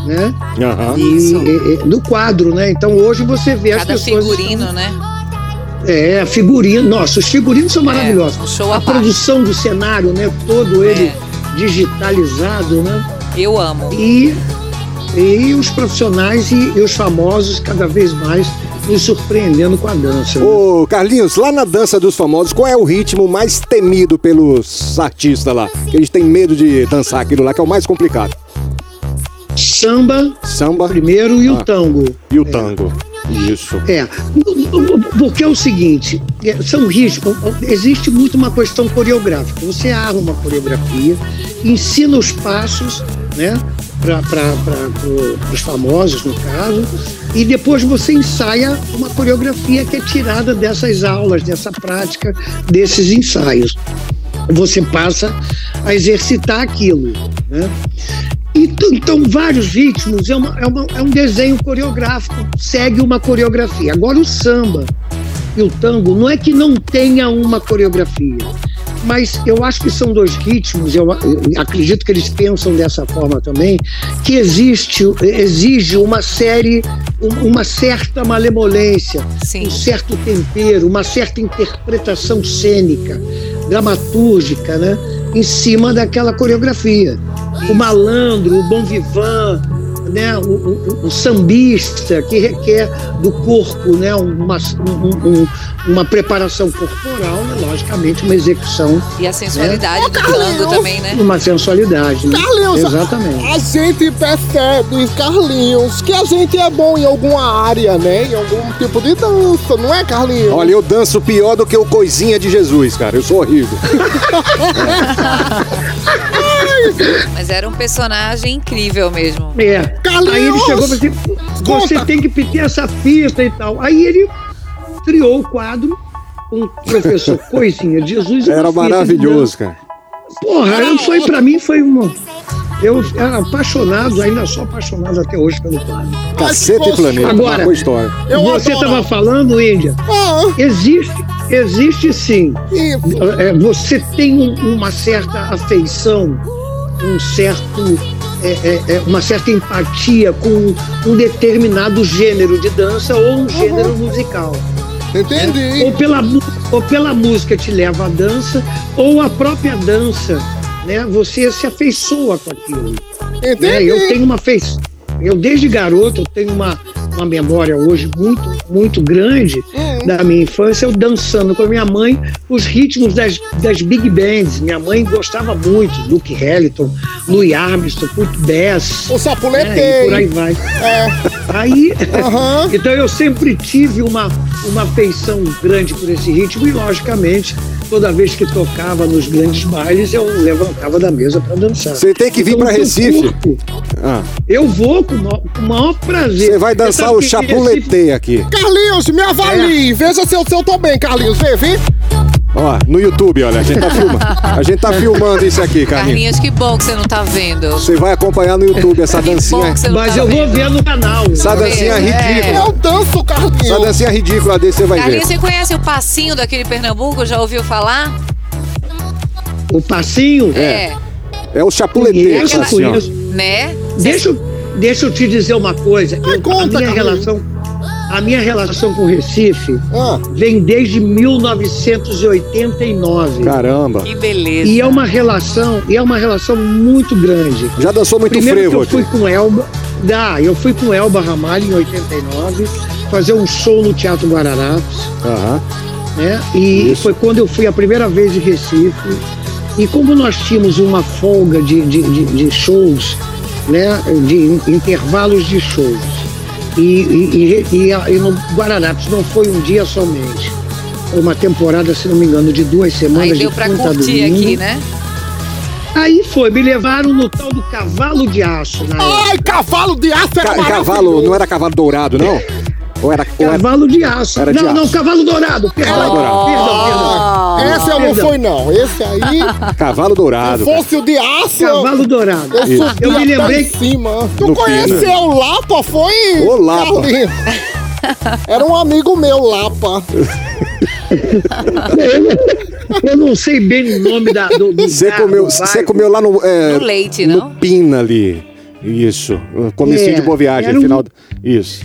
Speaker 6: Né?
Speaker 3: Aham.
Speaker 6: e-
Speaker 4: Isso.
Speaker 6: e- e- do quadro, né? Então hoje você vê
Speaker 4: Cada
Speaker 6: as pessoas.
Speaker 4: figurino, né?
Speaker 6: É, figurino. Nossa, os figurinos são maravilhosos.
Speaker 4: É, um show à
Speaker 6: a
Speaker 4: parte.
Speaker 6: produção do cenário, né? Todo ele
Speaker 4: É.
Speaker 6: digitalizado, né?
Speaker 4: Eu amo.
Speaker 6: E, e os profissionais e, e os famosos cada vez mais nos surpreendendo com a dança. né?
Speaker 3: Ô, Carlinhos, lá na Dança dos Famosos, qual é o ritmo mais temido pelos artistas lá? Que Eles têm medo de dançar aquilo lá, que é o mais complicado.
Speaker 6: Samba
Speaker 3: Samba
Speaker 6: primeiro e
Speaker 3: Ah.
Speaker 6: o tango.
Speaker 3: e o tango. Isso.
Speaker 6: É, porque é o seguinte, é, são ritmos, existe muito uma questão coreográfica. Você arma uma coreografia, ensina os passos, né, para os famosos, no caso, e depois você ensaia uma coreografia que é tirada dessas aulas, dessa prática, desses ensaios. Você passa a exercitar aquilo, né? Então, então, vários ritmos é, uma- é uma- é um desenho coreográfico, segue uma coreografia. Agora, o samba e o tango não é que não tenha uma coreografia, mas eu acho que são dois ritmos, eu, eu acredito que eles pensam dessa forma também, que existe, exige uma série, um- uma certa malemolência,
Speaker 4: Sim.
Speaker 6: um certo tempero, uma certa interpretação cênica, dramatúrgica, né? Em cima daquela coreografia. O malandro, o bom vivan, né? O, o- o sambista que requer do corpo, né? Uma, um- um- uma preparação corporal, né? logicamente uma execução,
Speaker 4: E a sensualidade do
Speaker 2: Carlinhos.
Speaker 4: tango também, né?
Speaker 6: uma sensualidade. Né?
Speaker 2: Carlinhos,
Speaker 6: Exatamente.
Speaker 2: A gente percebe, Carlinhos, que a gente é bom em alguma área, né? Em algum tipo de dança, não é, Carlinhos?
Speaker 3: Olha, eu danço pior do que o Coisinha de Jesus, cara. Eu sou horrível.
Speaker 4: Mas era um personagem incrível mesmo.
Speaker 6: É.
Speaker 2: Carlinhos!
Speaker 6: Aí ele chegou e falou assim: você
Speaker 2: Conta.
Speaker 6: tem que pedir essa pista e tal. Aí ele criou o quadro com o professor Coisinha de Jesus. né? e uma
Speaker 3: Era
Speaker 6: fita de
Speaker 3: maravilhoso, cara.
Speaker 6: dança. Porra, eu- foi pra mim, foi uma. Eu era apaixonado, ainda sou apaixonado até hoje pelo quadro.
Speaker 3: Caceta e
Speaker 2: poxa.
Speaker 3: planeta.
Speaker 6: Agora-
Speaker 3: Agora. história.
Speaker 2: Eu
Speaker 6: você
Speaker 2: adoro.
Speaker 6: estava falando, Índia,
Speaker 2: Ah,
Speaker 6: existe, existe sim.
Speaker 2: isso.
Speaker 6: É, Você tem um- uma certa afeição, um certo, é, é, é, uma certa empatia com um determinado gênero de dança ou um gênero musical.
Speaker 2: Entendi.
Speaker 6: Ou pela, mu- ou pela música te leva à dança, ou a própria dança, né? Você se afeiçoa com aquilo.
Speaker 2: Entendi.
Speaker 6: Né? Eu tenho uma feição. Eu, desde garoto, eu tenho uma, uma memória hoje muito, muito grande
Speaker 2: Hum.
Speaker 6: da minha infância, eu dançando com a minha mãe os ritmos das, das big bands. Minha mãe gostava muito, Duke Ellington, Louis Armstrong, Kurt Bass,
Speaker 2: O
Speaker 6: né? e por aí
Speaker 2: sapuletei.
Speaker 6: vai. Aí,
Speaker 2: É. Aham.
Speaker 6: então eu sempre tive uma, uma afeição grande por esse ritmo e, logicamente, toda vez que tocava nos grandes bailes, eu levantava da mesa para dançar.
Speaker 3: Você tem que vir
Speaker 6: Então,
Speaker 3: pra
Speaker 6: o teu
Speaker 3: Recife.
Speaker 6: corpo,
Speaker 3: Ah,
Speaker 6: eu vou com o maior, com o maior prazer.
Speaker 3: Você vai
Speaker 6: Você
Speaker 3: dançar
Speaker 6: sabe
Speaker 3: o
Speaker 6: que Recife-
Speaker 3: chapuletê aqui.
Speaker 2: Carlinhos, me avalie.
Speaker 6: É.
Speaker 2: Veja se eu, se eu tô bem, Carlinhos. Vê, vê.
Speaker 3: Ó, no YouTube, olha. A gente tá filmando. A gente tá filmando isso aqui, Carlinhos.
Speaker 4: Carlinhos, que bom que você não tá vendo.
Speaker 3: Você vai acompanhar no YouTube essa
Speaker 4: Que bom
Speaker 3: dancinha.
Speaker 4: que você não
Speaker 6: Mas
Speaker 4: tá
Speaker 6: eu vou
Speaker 4: vendo.
Speaker 6: ver no canal.
Speaker 3: Essa dancinha
Speaker 4: vendo, é.
Speaker 3: ridícula.
Speaker 2: Eu danço,
Speaker 3: Essa
Speaker 2: Carlinhos.
Speaker 3: dancinha ridícula desse você vai ver.
Speaker 4: Carlinhos, você conhece o passinho daquele Pernambuco? Já ouviu falar?
Speaker 6: O passinho.
Speaker 4: É.
Speaker 3: É o chapuletê.
Speaker 6: Conheço,
Speaker 3: cara, assim, ó.
Speaker 6: conheço.
Speaker 4: Né?
Speaker 6: Deixa, eu- deixa eu te dizer uma coisa. Eu-
Speaker 2: conta,
Speaker 6: a
Speaker 2: Carlinhos.
Speaker 6: minha relação, a minha relação com o Recife
Speaker 2: Ah,
Speaker 6: vem desde 1989.
Speaker 3: Caramba.
Speaker 4: Que beleza.
Speaker 6: E é uma relação, e é uma relação muito grande.
Speaker 3: Já dançou muito
Speaker 6: Primeiro que
Speaker 3: frevo
Speaker 6: eu fui
Speaker 3: aqui.
Speaker 6: com Elba, dá, eu fui com Elba Ramalho em 89 fazer um show no Teatro Guararapes.
Speaker 3: Aham.
Speaker 6: né? E foi quando eu fui a primeira vez em Recife. E como nós tínhamos uma folga de, de, de- de shows, né? De in- intervalos de shows. E, e, e, e a- e no Guararapes não foi um dia somente. Foi uma temporada, se não me engano, de duas semanas
Speaker 4: Aí deu
Speaker 6: de
Speaker 4: pra
Speaker 6: quinta a
Speaker 4: curtir
Speaker 6: domingo.
Speaker 4: aqui, né?
Speaker 6: Aí foi, me levaram no tal do cavalo de aço na época.
Speaker 2: Ai, cavalo de aço era
Speaker 3: Ca-
Speaker 2: maravilhoso.
Speaker 3: cavalo, não era cavalo dourado, não? Ou era. Ou era...
Speaker 6: Cavalo de aço.
Speaker 3: Era de
Speaker 6: não,
Speaker 3: aço.
Speaker 6: não, cavalo dourado. Perdão,
Speaker 3: Cavalo dourado.
Speaker 6: perdão, perdão.
Speaker 2: Esse eu não
Speaker 6: Perdão.
Speaker 2: fui, não. Esse aí,
Speaker 3: Cavalo dourado.
Speaker 2: se
Speaker 3: cara.
Speaker 2: fosse o de aço, eu,
Speaker 6: Cavalo dourado.
Speaker 2: eu
Speaker 3: Isso.
Speaker 2: subi
Speaker 6: Eu me
Speaker 2: até
Speaker 6: lembrei
Speaker 2: em cima. Tu
Speaker 3: No
Speaker 2: conheceu o Lapa, foi?
Speaker 3: né? Ô, Lapa.
Speaker 2: Carlinhos? Era um amigo meu, Lapa.
Speaker 6: Eu não sei bem o nome da, do, do
Speaker 3: Você
Speaker 6: carro,
Speaker 3: comeu,
Speaker 6: do
Speaker 3: você
Speaker 6: bairro.
Speaker 3: comeu lá no. é,
Speaker 4: No leite,
Speaker 3: no
Speaker 4: não?
Speaker 3: Pina ali. Isso. um Comecinho
Speaker 6: É,
Speaker 3: de boa viagem,
Speaker 6: era um-
Speaker 3: final. do- Isso.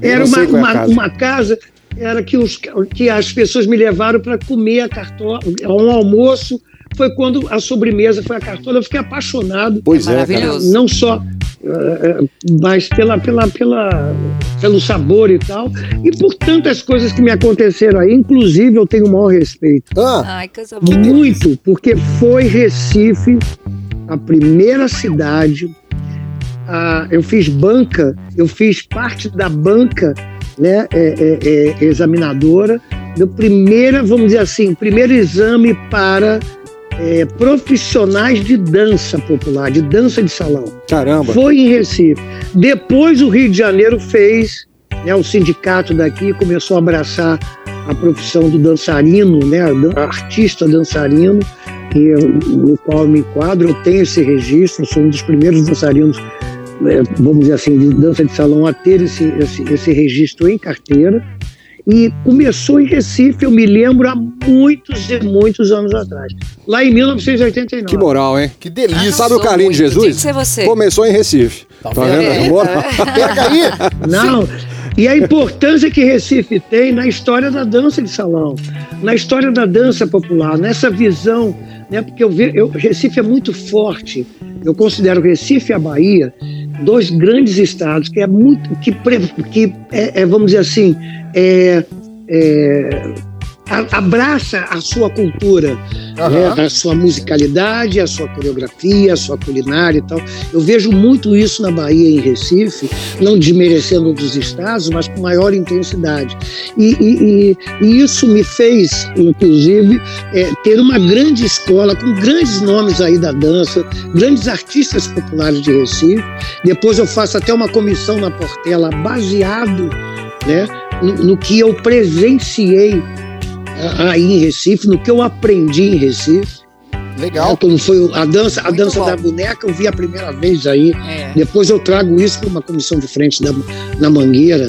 Speaker 6: Era
Speaker 3: Eu
Speaker 6: uma,
Speaker 3: sei qual é a
Speaker 6: uma,
Speaker 3: casa.
Speaker 6: uma casa era que, os, que as pessoas me levaram para comer a cartola, um almoço. Foi quando a sobremesa foi a cartola. Eu fiquei apaixonado,
Speaker 3: Pois é, cara.
Speaker 4: Maravilhoso.
Speaker 6: não só, eh, mas pela, pela, pela, pelo sabor e tal. E por tantas coisas que me aconteceram aí. Inclusive, eu tenho o maior respeito.
Speaker 2: Ah,
Speaker 4: Ai, coisa boa.
Speaker 6: Muito, porque foi Recife a primeira cidade. a- eu fiz banca, eu fiz parte da banca né, é, é, é, examinadora, do primeiro, vamos dizer assim, primeiro exame para é, profissionais de dança popular, de dança de salão.
Speaker 3: Caramba.
Speaker 6: Foi em Recife. Depois o Rio de Janeiro fez, né, o sindicato daqui começou a abraçar a profissão do dançarino, né, dan- artista dançarino, que eu- no qual eu me enquadro, eu tenho esse registro, eu sou um dos primeiros dançarinos, né, vamos dizer assim, de dança de salão a ter esse, esse, esse registro em carteira. E começou em Recife, eu me lembro, há muitos e muitos anos atrás. Lá em 1989.
Speaker 3: Que moral, hein?
Speaker 2: que delícia.
Speaker 3: Sabe o Carlinhos de
Speaker 4: Tinha que
Speaker 3: Jesus?
Speaker 4: ser você.
Speaker 3: Começou em Recife. Tá vendo?
Speaker 4: É,
Speaker 3: Moral.
Speaker 2: Pega aí.
Speaker 6: Não. E a importância que Recife tem na história da dança de salão, na história da dança popular, nessa visão, né? Porque eu ve, eu, Recife é muito forte. Eu considero Recife e a Bahia dois grandes estados que é muito que, pre- que é, é, vamos dizer assim é, é, a- abraça a sua cultura,
Speaker 2: Aham.
Speaker 6: né, a sua musicalidade, a sua coreografia, a sua culinária e tal. Eu vejo muito isso na Bahia e em Recife, não desmerecendo outros estados, mas com maior intensidade. E, e- e- e isso me fez, inclusive, eh, ter uma grande escola com grandes nomes aí da dança, grandes artistas populares de Recife. Depois eu faço até uma comissão na Portela baseado né, no, no que eu presenciei ah, aí em Recife, no que eu aprendi em Recife.
Speaker 2: Legal.
Speaker 6: Quando foi a dança, a
Speaker 4: Muito
Speaker 6: dança
Speaker 4: bom.
Speaker 6: da boneca, eu vi a primeira vez aí.
Speaker 4: É.
Speaker 6: Depois eu trago isso para uma comissão de frente da, na Mangueira.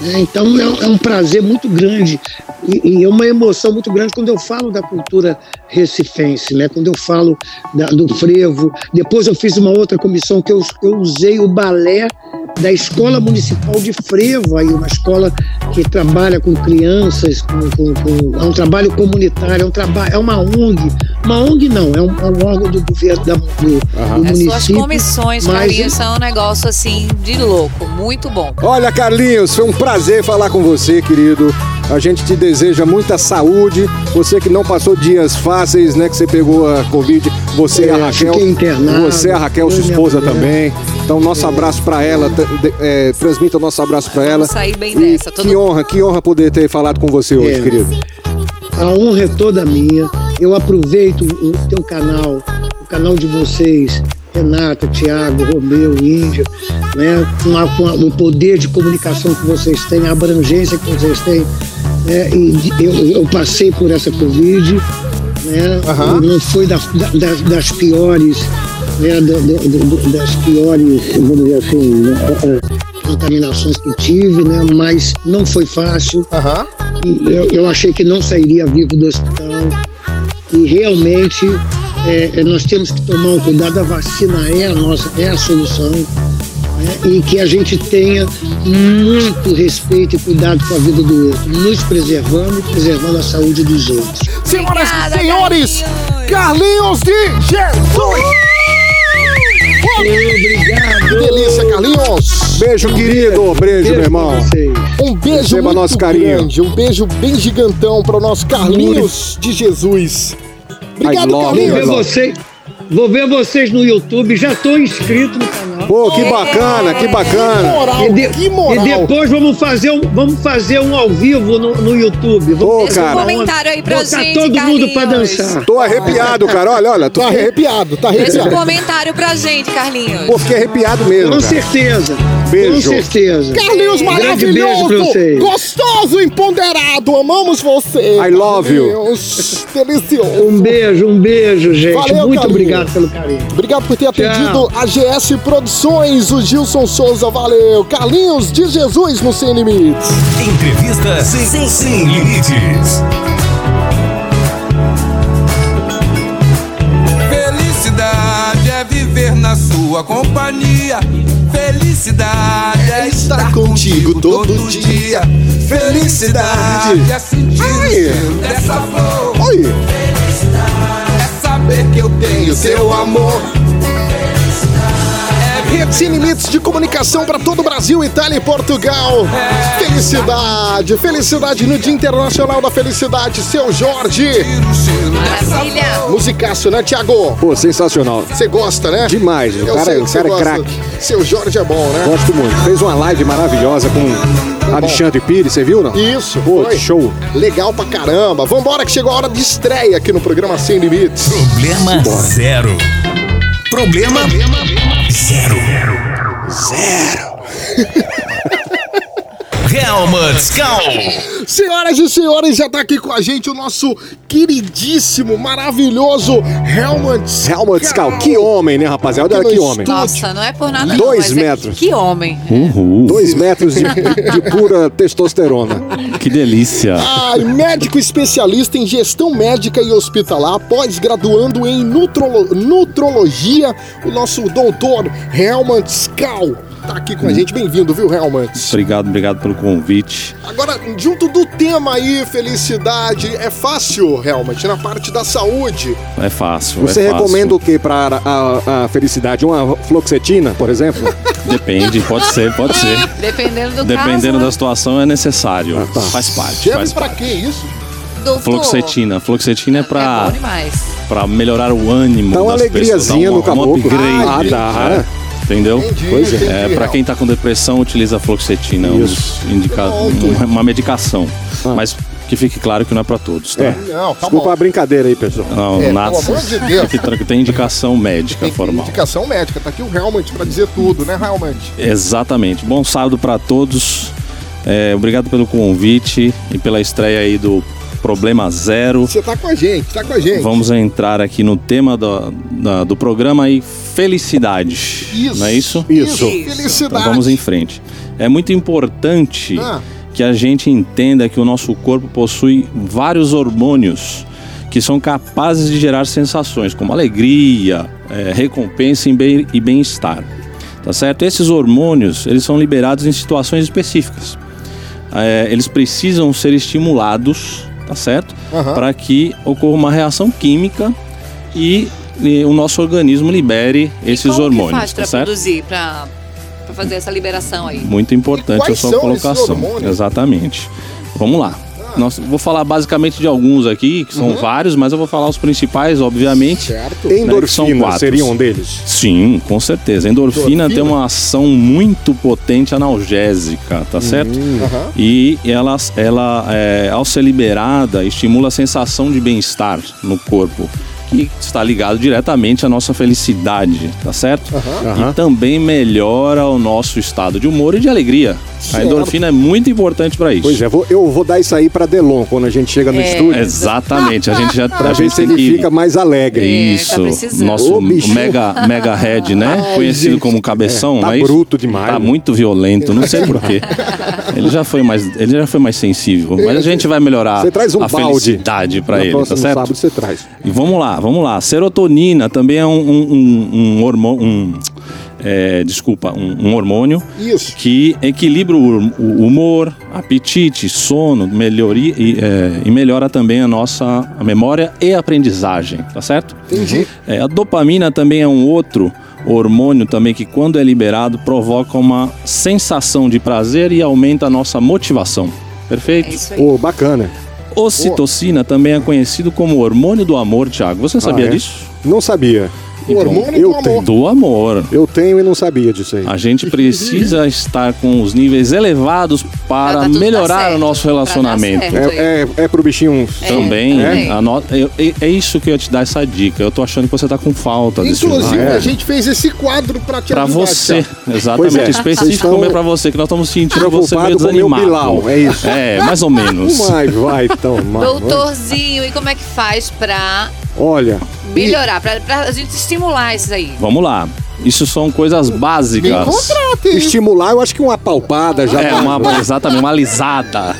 Speaker 6: né? Então é, um- é um prazer muito grande e, e é uma emoção muito grande quando eu falo da cultura recifense, né? quando eu falo da- do frevo. Depois eu fiz uma outra comissão que eu, eu usei o balé da Escola Municipal de Frevo, aí uma escola que trabalha com crianças, com- com- com- é um trabalho comunitário, é, um traba é uma ONG. Uma ONG não, é um, é um órgão do governo da, do,
Speaker 3: Aham.
Speaker 6: do
Speaker 4: É As suas
Speaker 6: município.
Speaker 4: comissões,
Speaker 6: mas-
Speaker 4: Carlinhos, são um negócio assim de louco. Muito bom.
Speaker 3: Olha, Carlinhos, foi um prazer falar com você, querido. A gente te deseja muita saúde. Você que não passou dias fáceis, né? Que você pegou a Covid. Você e a
Speaker 6: É,
Speaker 3: Raquel.
Speaker 6: fiquei internado.
Speaker 3: Você e a Raquel, sua
Speaker 6: Foi minha
Speaker 3: esposa
Speaker 6: mulher.
Speaker 3: também. Então, nosso abraço pra ela. t- de- é, transmita nosso abraço pra ela.
Speaker 4: Vamos sair bem
Speaker 3: E
Speaker 4: dessa. Todo
Speaker 3: que honra, que honra poder ter falado com você hoje,
Speaker 6: É.
Speaker 3: querido.
Speaker 6: A honra é toda minha. Eu aproveito o teu canal, o canal de vocês, Renata, Tiago, Romeu, Índia, né? com, a- com a- o poder de comunicação que vocês têm, a abrangência que vocês têm. né? E de- eu, eu passei por essa Covid, né?
Speaker 2: Aham.
Speaker 6: não foi da- da- das, das piores, né? da- da- da- das piores, vamos dizer assim, né? eh, eh, contaminações que tive, né? mas não foi fácil.
Speaker 2: Aham.
Speaker 6: Eu, eu achei que não sairia vivo do hospital. E realmente é, é, nós temos que tomar um cuidado. A vacina é a nossa, é a solução. né? E que a gente tenha muito respeito e cuidado com a vida do outro, nos preservando e preservando a saúde dos outros.
Speaker 2: Senhoras e
Speaker 4: Obrigada,
Speaker 2: senhores, Carlinhos de Jesus. Que delícia, Carlinhos.
Speaker 3: Beijo, querido. Beijo, meu
Speaker 6: pra
Speaker 3: irmão.
Speaker 6: vocês.
Speaker 2: Um beijo, beijo
Speaker 3: Receba
Speaker 2: muito
Speaker 3: nosso carinho.
Speaker 2: grande, um beijo bem gigantão para o nosso Carlinhos de Jesus. Obrigado,
Speaker 3: I love
Speaker 6: Vou
Speaker 3: you,
Speaker 6: ver,
Speaker 3: I
Speaker 2: Carlinhos.
Speaker 3: love
Speaker 6: vocês, vou ver vocês no YouTube, já estou inscrito no canal.
Speaker 3: Pô,
Speaker 4: É.
Speaker 3: que bacana, que
Speaker 2: Que
Speaker 3: bacana.
Speaker 2: moral,
Speaker 6: E, de-
Speaker 2: que moral.
Speaker 6: e depois vamos fazer um, vamos fazer um ao vivo no, no YouTube.
Speaker 3: Ô,
Speaker 6: Vamos
Speaker 4: Deixa um
Speaker 3: cara.
Speaker 4: comentário aí pra
Speaker 6: botar
Speaker 4: gente,
Speaker 6: todo mundo
Speaker 4: Carlinhos.
Speaker 6: pra dançar.
Speaker 3: Tô arrepiado, cara. Olha, olha, tô
Speaker 2: Tá arrepiado, tá
Speaker 4: Deixa um
Speaker 2: arrepiado.
Speaker 4: comentário pra gente, Carlinhos.
Speaker 3: Pô, fiquei é arrepiado mesmo.
Speaker 6: Com
Speaker 3: cara.
Speaker 6: certeza. Com
Speaker 3: Beijo.
Speaker 6: certeza.
Speaker 2: Carlinhos
Speaker 6: Grande beijo pra
Speaker 2: maravilhoso,
Speaker 6: vocês.
Speaker 2: gostoso, empoderado, amamos você.
Speaker 3: I love you.
Speaker 2: Deus, delicioso.
Speaker 6: Um beijo, um beijo, gente.
Speaker 2: Valeu,
Speaker 6: Muito
Speaker 2: Carlinhos.
Speaker 6: obrigado pelo carinho.
Speaker 2: Obrigado por ter atendido a GS Produções, o Gilson Souza, valeu. Carlinhos de Jesus no Sem Limites.
Speaker 1: Entrevista Sem, Sem, Sem Limites.
Speaker 10: Felicidade é viver na sua companhia. Felicidade é
Speaker 2: tá
Speaker 10: estar contigo todo dia. Felicidade é sentir
Speaker 3: Ai.
Speaker 10: essa flor.
Speaker 3: Oi.
Speaker 10: É saber que eu tenho seu amor.
Speaker 2: Redes É, sem limites de comunicação para todo o Brasil, Itália e Portugal. Felicidade, felicidade no Dia Internacional da Felicidade, seu Jorge.
Speaker 10: Tiro, cheiro dessa
Speaker 3: tá
Speaker 4: Maravilha.
Speaker 10: flor.
Speaker 2: Musicaço, né, Tiago?
Speaker 3: Pô, sensacional.
Speaker 2: Você gosta, né?
Speaker 3: Demais, o
Speaker 2: Eu
Speaker 3: cara-
Speaker 2: sei que
Speaker 3: o
Speaker 2: você
Speaker 3: cara é
Speaker 2: gosta.
Speaker 3: craque.
Speaker 2: Seu Jorge é bom, né?
Speaker 3: Gosto muito. Fez uma live maravilhosa com Alexandre Pires, você viu, não?
Speaker 2: Isso,
Speaker 3: Pô,
Speaker 2: foi.
Speaker 3: show.
Speaker 2: Legal pra caramba. Vambora que chegou a hora de estreia aqui no programa Sem Limites.
Speaker 1: Problema zero. Problema zero. Zero. Real Mandscal.
Speaker 2: Senhoras e senhores, já tá aqui com a gente o nosso queridíssimo, maravilhoso Helmut Scal.
Speaker 3: Helmut Scal, que homem, né, rapaziada? Olha
Speaker 2: Que
Speaker 3: que
Speaker 2: dois
Speaker 3: homem.
Speaker 4: Nossa, não é por nada não,
Speaker 3: Dois
Speaker 4: mas é-
Speaker 3: metros.
Speaker 4: que homem.
Speaker 3: Dois metros de, de pura
Speaker 2: é
Speaker 3: testosterona.
Speaker 11: Que delícia.
Speaker 2: Ai, médico especialista em gestão médica e hospitalar, pós-graduando em nutrolo- nutrologia, o nosso doutor Helmut Scal. Tá aqui com a gente, bem-vindo, viu, Helmut?
Speaker 11: Obrigado, obrigado pelo convite.
Speaker 2: Agora, junto do tema aí, felicidade, é fácil, Helmut, na parte da saúde.
Speaker 11: É fácil.
Speaker 3: Você
Speaker 11: é fácil.
Speaker 3: recomenda o que para a, a felicidade? Uma fluoxetina, por exemplo?
Speaker 11: Depende, pode ser, pode ser.
Speaker 4: Dependendo do
Speaker 11: Dependendo da
Speaker 4: caso,
Speaker 11: situação, é necessário.
Speaker 3: tá.
Speaker 11: Faz parte.
Speaker 2: Serve
Speaker 11: Faz
Speaker 2: Ah, pra
Speaker 11: parte.
Speaker 2: que isso?
Speaker 4: do
Speaker 11: Fluoxetina. Fluoxetina é
Speaker 4: É bom
Speaker 11: pra,
Speaker 4: demais.
Speaker 11: pra melhorar o ânimo
Speaker 3: Dá uma
Speaker 11: das pessoas.
Speaker 3: alegriazinha
Speaker 11: uma,
Speaker 3: no
Speaker 11: um
Speaker 3: caboclo.
Speaker 11: upgrade.
Speaker 3: Ah, dá.
Speaker 11: né? Entendeu?
Speaker 2: Entendi,
Speaker 3: Pois é.
Speaker 2: entendi,
Speaker 11: É, pra
Speaker 2: Helmut.
Speaker 11: quem tá com depressão, utiliza a fluoxetina, um dos indica- uma, uma medicação.
Speaker 2: Ah.
Speaker 11: Mas que fique claro que não é pra todos, tá?
Speaker 3: É.
Speaker 2: Não, tá
Speaker 3: Desculpa
Speaker 2: bom.
Speaker 3: a brincadeira aí, pessoal.
Speaker 11: Não,
Speaker 2: É,
Speaker 11: nada.
Speaker 2: pelo amor de Deus.
Speaker 11: Fique tranquilo, Tem indicação médica
Speaker 2: Tem
Speaker 11: formal.
Speaker 2: indicação médica, tá aqui o Helmut pra dizer tudo, né, Helmut?
Speaker 11: Exatamente. Bom sábado para todos. É, obrigado pelo convite e pela estreia aí do Problema Zero.
Speaker 2: Você tá com a gente, tá com a gente.
Speaker 11: Vamos entrar aqui no tema do, da- do programa aí, felicidade. Não é isso?
Speaker 3: Isso.
Speaker 11: Então
Speaker 2: Felicidade.
Speaker 11: vamos em frente. É muito importante
Speaker 2: Ah.
Speaker 11: que a gente entenda que o nosso corpo possui vários hormônios que são capazes de gerar sensações como alegria, eh, recompensa e bem- e bem-estar. Tá certo? Esses hormônios eles são liberados em situações específicas. Eh, eles precisam ser estimulados, tá certo?
Speaker 2: Aham.
Speaker 11: Para que ocorra uma reação química e, eh, o nosso organismo libere esses
Speaker 4: Como
Speaker 11: hormônios,
Speaker 4: que faz pra
Speaker 11: tá certo?
Speaker 4: produzir, pra, pra fazer essa liberação aí?
Speaker 11: Muito
Speaker 2: E
Speaker 11: importante a
Speaker 2: quais são
Speaker 11: sua
Speaker 2: esses
Speaker 11: colocação.
Speaker 2: hormônios? Ah.
Speaker 11: Exatamente. Vamos lá. Nós, vou falar basicamente de alguns aqui, que são vários, mas eu vou falar os principais, obviamente.
Speaker 2: Uhum. Certo.
Speaker 11: Né, que são
Speaker 3: Endorfina
Speaker 11: quatro.
Speaker 3: seria um deles.
Speaker 11: Sim, com certeza. A endorfina, tem uma ação muito potente analgésica,
Speaker 3: Hum,
Speaker 11: tá certo?
Speaker 2: Aham.
Speaker 11: E ela, ela é, ao ser liberada, estimula a sensação de bem-estar no corpo, que está ligado diretamente à nossa felicidade, tá certo?
Speaker 3: Aham.
Speaker 11: E também melhora o nosso estado de humor e de alegria. A endorfina é muito importante para isso.
Speaker 3: Pois é, vou- eu vou dar isso aí pra Delon quando a gente chega no estúdio.
Speaker 11: Exatamente, a gente já
Speaker 3: Pra
Speaker 11: a
Speaker 3: ver
Speaker 11: gente
Speaker 3: se
Speaker 11: tem
Speaker 3: ele
Speaker 11: que...
Speaker 3: fica mais alegre.
Speaker 11: Isso,
Speaker 4: precisando.
Speaker 11: nosso
Speaker 3: Ô, bicho.
Speaker 11: mega, mega head, né?
Speaker 2: Ai,
Speaker 11: Conhecido
Speaker 2: gente.
Speaker 11: como cabeção,
Speaker 3: É, tá
Speaker 11: não é isso?
Speaker 3: bruto demais,
Speaker 11: Tá
Speaker 3: né?
Speaker 11: muito violento, não sei porquê. Ele já foi mais, ele já foi mais sensível, mas a gente vai melhorar
Speaker 3: Você traz um
Speaker 11: a
Speaker 3: balde
Speaker 11: felicidade pra
Speaker 3: No
Speaker 11: ele, tá
Speaker 3: próximo
Speaker 11: certo?
Speaker 3: sábado você traz.
Speaker 11: E vamos lá, vamos lá. Serotonina também é um, um, um- um hormônio. um, é, desculpa, um, um hormônio
Speaker 2: Isso.
Speaker 11: que equilibra o, hum- o humor, apetite, sono, melhoria e, é, e melhora também a nossa memória e aprendizagem, tá certo?
Speaker 2: Entendi.
Speaker 11: É, a dopamina também é um outro hormônio também que, quando é liberado, provoca uma sensação de prazer e aumenta a nossa motivação. Perfeito?
Speaker 3: Pô, bacana.
Speaker 11: Ocitocina também é conhecido como hormônio do amor, Thiago. Você sabia
Speaker 3: Ah, é?
Speaker 11: disso?
Speaker 3: Não sabia.
Speaker 11: E pronto.
Speaker 3: eu tenho.
Speaker 11: Do amor.
Speaker 3: Eu tenho e não sabia disso aí.
Speaker 11: A gente precisa estar com os níveis elevados
Speaker 4: tá
Speaker 11: para melhorar o nosso relacionamento.
Speaker 3: É, é, é pro bichinho
Speaker 11: Também.
Speaker 3: né?
Speaker 11: a no- eu- eu- é isso que eu ia te dar essa dica. Eu tô achando que você tá com falta desse
Speaker 2: Inclusive,
Speaker 11: hormônio.
Speaker 2: a gente fez esse quadro pra te
Speaker 11: Ah, é? Pra
Speaker 2: ajudar,
Speaker 11: você,
Speaker 2: Thiago. Pois
Speaker 11: exatamente.
Speaker 2: é.
Speaker 11: Específico
Speaker 2: Vocês estão
Speaker 11: é pra você, que nós estamos sentindo você
Speaker 3: preocupado com
Speaker 11: meio
Speaker 3: o meu
Speaker 11: desanimado.
Speaker 3: Bilal, é isso.
Speaker 11: É, mais ou menos.
Speaker 3: Vai, vai, tomar.
Speaker 4: Doutorzinho, e como é que faz pra
Speaker 3: Olha,
Speaker 4: melhorar, pra, pra a gente estimular isso aí?
Speaker 11: Vamos lá. Isso são coisas básicas.
Speaker 3: Estimular, eu acho que uma palpada já
Speaker 11: É,
Speaker 3: tá.
Speaker 11: uma, exatamente, uma alisada.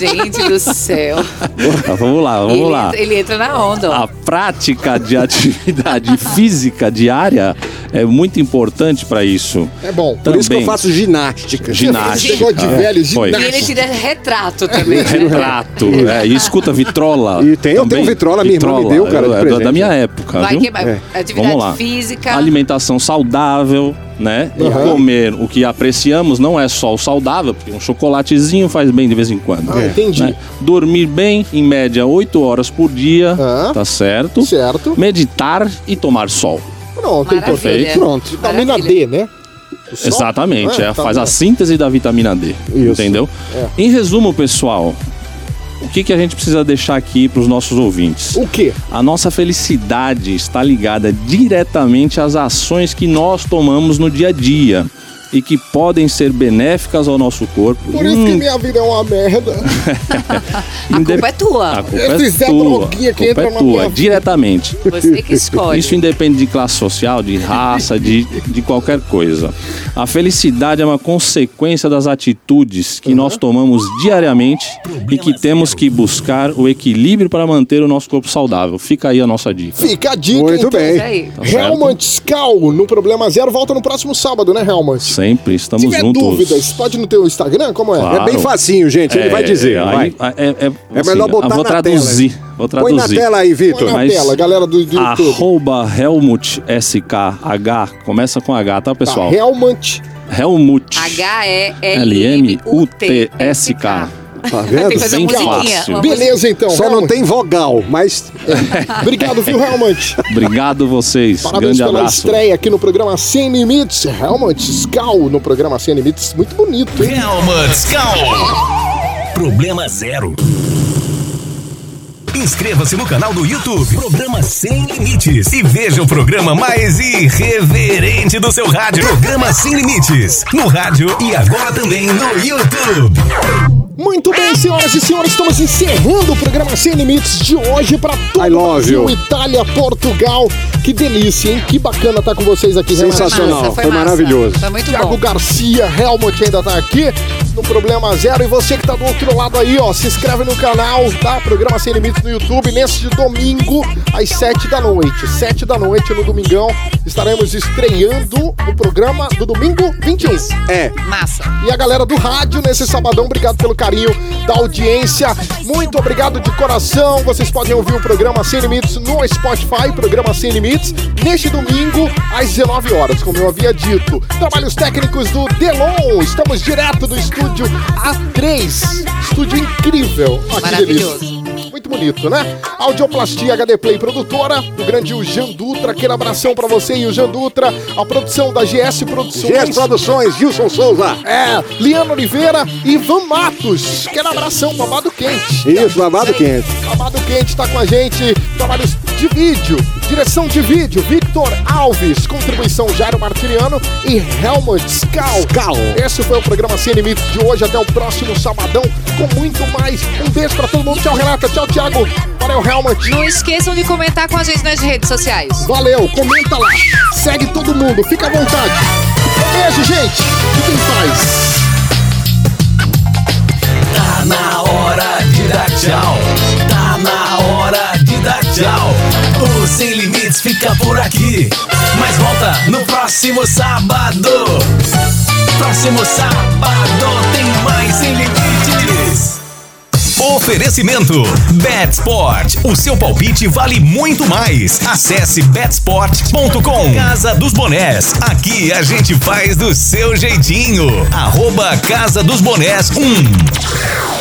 Speaker 4: Gente do céu.
Speaker 11: Tá, vamos lá, vamos
Speaker 4: ele,
Speaker 11: lá. Ah,
Speaker 4: Entra, ele entra na onda. ó.
Speaker 11: A prática de atividade física diária é muito importante para isso.
Speaker 2: É bom.
Speaker 3: Por isso que eu faço ginástica.
Speaker 11: Ginástica.
Speaker 2: Esse negócio de velho,
Speaker 11: Foi. É, um
Speaker 4: E ele tira retrato também. né?
Speaker 11: Retrato. É, e escuta vitrola.
Speaker 3: E tem- eu
Speaker 11: também.
Speaker 3: tenho vitrola, minha irmã me deu, cara, de
Speaker 11: é da-
Speaker 3: presente.
Speaker 11: da minha época.
Speaker 4: Vai
Speaker 11: viu?
Speaker 4: queimar.
Speaker 3: É.
Speaker 11: Vamos lá.
Speaker 4: Atividade física.
Speaker 11: Alimentação saudável, né? E
Speaker 3: Aham.
Speaker 11: comer o que apreciamos não é só o saudável, porque um chocolatezinho faz bem de vez em quando.
Speaker 2: Ah, entendi.
Speaker 11: né? Dormir bem, em média, 8 horas por dia, tá certo?
Speaker 2: Certo.
Speaker 11: Meditar e tomar sol.
Speaker 2: Pronto, então.
Speaker 11: Maravilha.
Speaker 2: Pronto. Vitamina D, né? O sol?
Speaker 11: Exatamente,
Speaker 2: É,
Speaker 11: é,
Speaker 2: tá
Speaker 11: faz a
Speaker 2: bom. É.
Speaker 11: síntese da vitamina D, entendeu? Em resumo, pessoal, o que, que a gente precisa deixar aqui para os nossos ouvintes?
Speaker 2: O quê?
Speaker 11: A nossa felicidade está ligada diretamente às ações que nós tomamos no dia a dia e que podem ser benéficas ao nosso corpo. Hum,
Speaker 2: Por isso que minha vida é uma merda.
Speaker 4: A culpa é tua.
Speaker 11: A culpa
Speaker 2: Esse Zé
Speaker 11: é tua. A
Speaker 2: Droguinha que
Speaker 11: culpa
Speaker 2: entra
Speaker 11: é
Speaker 2: na
Speaker 11: tua,
Speaker 2: minha
Speaker 11: diretamente.
Speaker 4: Você que escolhe.
Speaker 11: Isso independe de classe social, de raça, de, de qualquer coisa. A felicidade é uma consequência das atitudes que nós tomamos diariamente e que temos que buscar o equilíbrio para manter o nosso corpo saudável. Fica aí a nossa dica.
Speaker 2: Fica a dica,
Speaker 11: Muito
Speaker 2: então.
Speaker 11: bem. Isso aí. Tá certo.
Speaker 2: Helmut Scal, no Problema Zero, volta no próximo sábado, né, Helmut?
Speaker 11: Sempre estamos
Speaker 2: Se tiver
Speaker 11: juntos.
Speaker 2: dúvidas, pode no teu Instagram, como é?
Speaker 11: Claro. É, aí- É, é,
Speaker 2: É
Speaker 11: assim,
Speaker 2: melhor
Speaker 11: eu
Speaker 2: botar
Speaker 11: vou
Speaker 2: na tela.
Speaker 11: traduzir, Vou
Speaker 2: Põe
Speaker 11: traduzir.
Speaker 2: na tela aí, Vitor. É, Põe na tela, galera do- do YouTube.
Speaker 11: Arroba Helmut SKH. Começa com H, tá, pessoal?
Speaker 2: Helmut.
Speaker 11: Helmut.
Speaker 4: H-E-L-M-U-T.
Speaker 11: L-M-U-T-S-K.
Speaker 3: Tá
Speaker 4: Tem que fazer
Speaker 11: Bem
Speaker 4: uma musiquinha,
Speaker 11: fácil.
Speaker 4: uma
Speaker 2: Beleza, então.
Speaker 3: Só não tem vogal, mas.
Speaker 2: Obrigado, viu, Helmut?
Speaker 11: Obrigado vocês.
Speaker 2: Parabéns
Speaker 11: Grande
Speaker 2: pela
Speaker 11: abraço.
Speaker 2: estreia aqui no programa Sem Limites. Helmut Scal no programa Sem Limites. Muito bonito, hein?
Speaker 1: Helmut Scal. Problema zero. Inscreva-se no canal do YouTube Programa Sem Limites e veja o programa mais irreverente do seu rádio. Programa Sem Limites no rádio e agora também no YouTube.
Speaker 2: Muito bem, senhoras e senhores, estamos encerrando o programa Sem Limites de hoje para todo o Brasil,
Speaker 3: you.
Speaker 2: Itália, Portugal. Que delícia, hein? Que bacana estar com vocês aqui. Renato.
Speaker 3: Sensacional, Foi massa, foi foi massa. maravilhoso. Tá Foi
Speaker 4: Tá muito
Speaker 2: Thiago Garcia, Helmut ainda tá aqui no Problema Zero. E você que tá do outro lado aí, ó, se inscreve no canal, tá? Programa Sem Limites no YouTube, neste domingo, às sete da noite. Sete da noite, no domingão, estaremos estreando o programa do domingo 21.
Speaker 3: É.
Speaker 4: Massa.
Speaker 2: E a galera do rádio nesse sabadão, obrigado pelo carinho da audiência. Muito obrigado de coração. Vocês podem ouvir o programa Sem Limites no Spotify, programa Sem Limites, neste domingo às 19 horas, como eu havia dito. Trabalhos técnicos do Delon. Estamos direto do estúdio A3. Estúdio incrível. Ó, que
Speaker 4: Maravilhoso.
Speaker 2: delícia. Muito bonito, né? Audioplastia HD Play Produtora, o grande Jean Dutra, aquele abração pra você e o Jean Dutra, a produção da GS Produções.
Speaker 3: GS Produções, Gilson Souza.
Speaker 2: É, Liana Oliveira e Ivan Matos. Quero um abração, babado quente.
Speaker 3: Isso, babado quente.
Speaker 2: Babado Quente tá com a gente. Trabalhos de vídeo, direção de vídeo, Victor Alves, contribuição Jairo Martiriano e Helmut Scal. Esse foi o programa Sem Limites de hoje. Até o próximo sabadão com muito mais. Um beijo pra todo mundo. Tchau, Renata. Tchau, Thiago. Valeu, Helmut.
Speaker 4: Não esqueçam de comentar com a gente nas redes sociais.
Speaker 2: Valeu, comenta lá. Segue todo mundo. Fica à vontade. Beijo, gente. Fiquem em paz.
Speaker 1: Tá na hora de dar tchau. Tá na hora de dar tchau. O Sem Limites fica por aqui. Mas volta no próximo sábado. Próximo sábado tem mais Sem Limites. Oferecimento: Betsport. O seu palpite vale muito mais. Acesse betsport.com. Casa dos Bonés. Aqui a um. gente faz do seu jeitinho. Arroba Casa dos Bonés 1.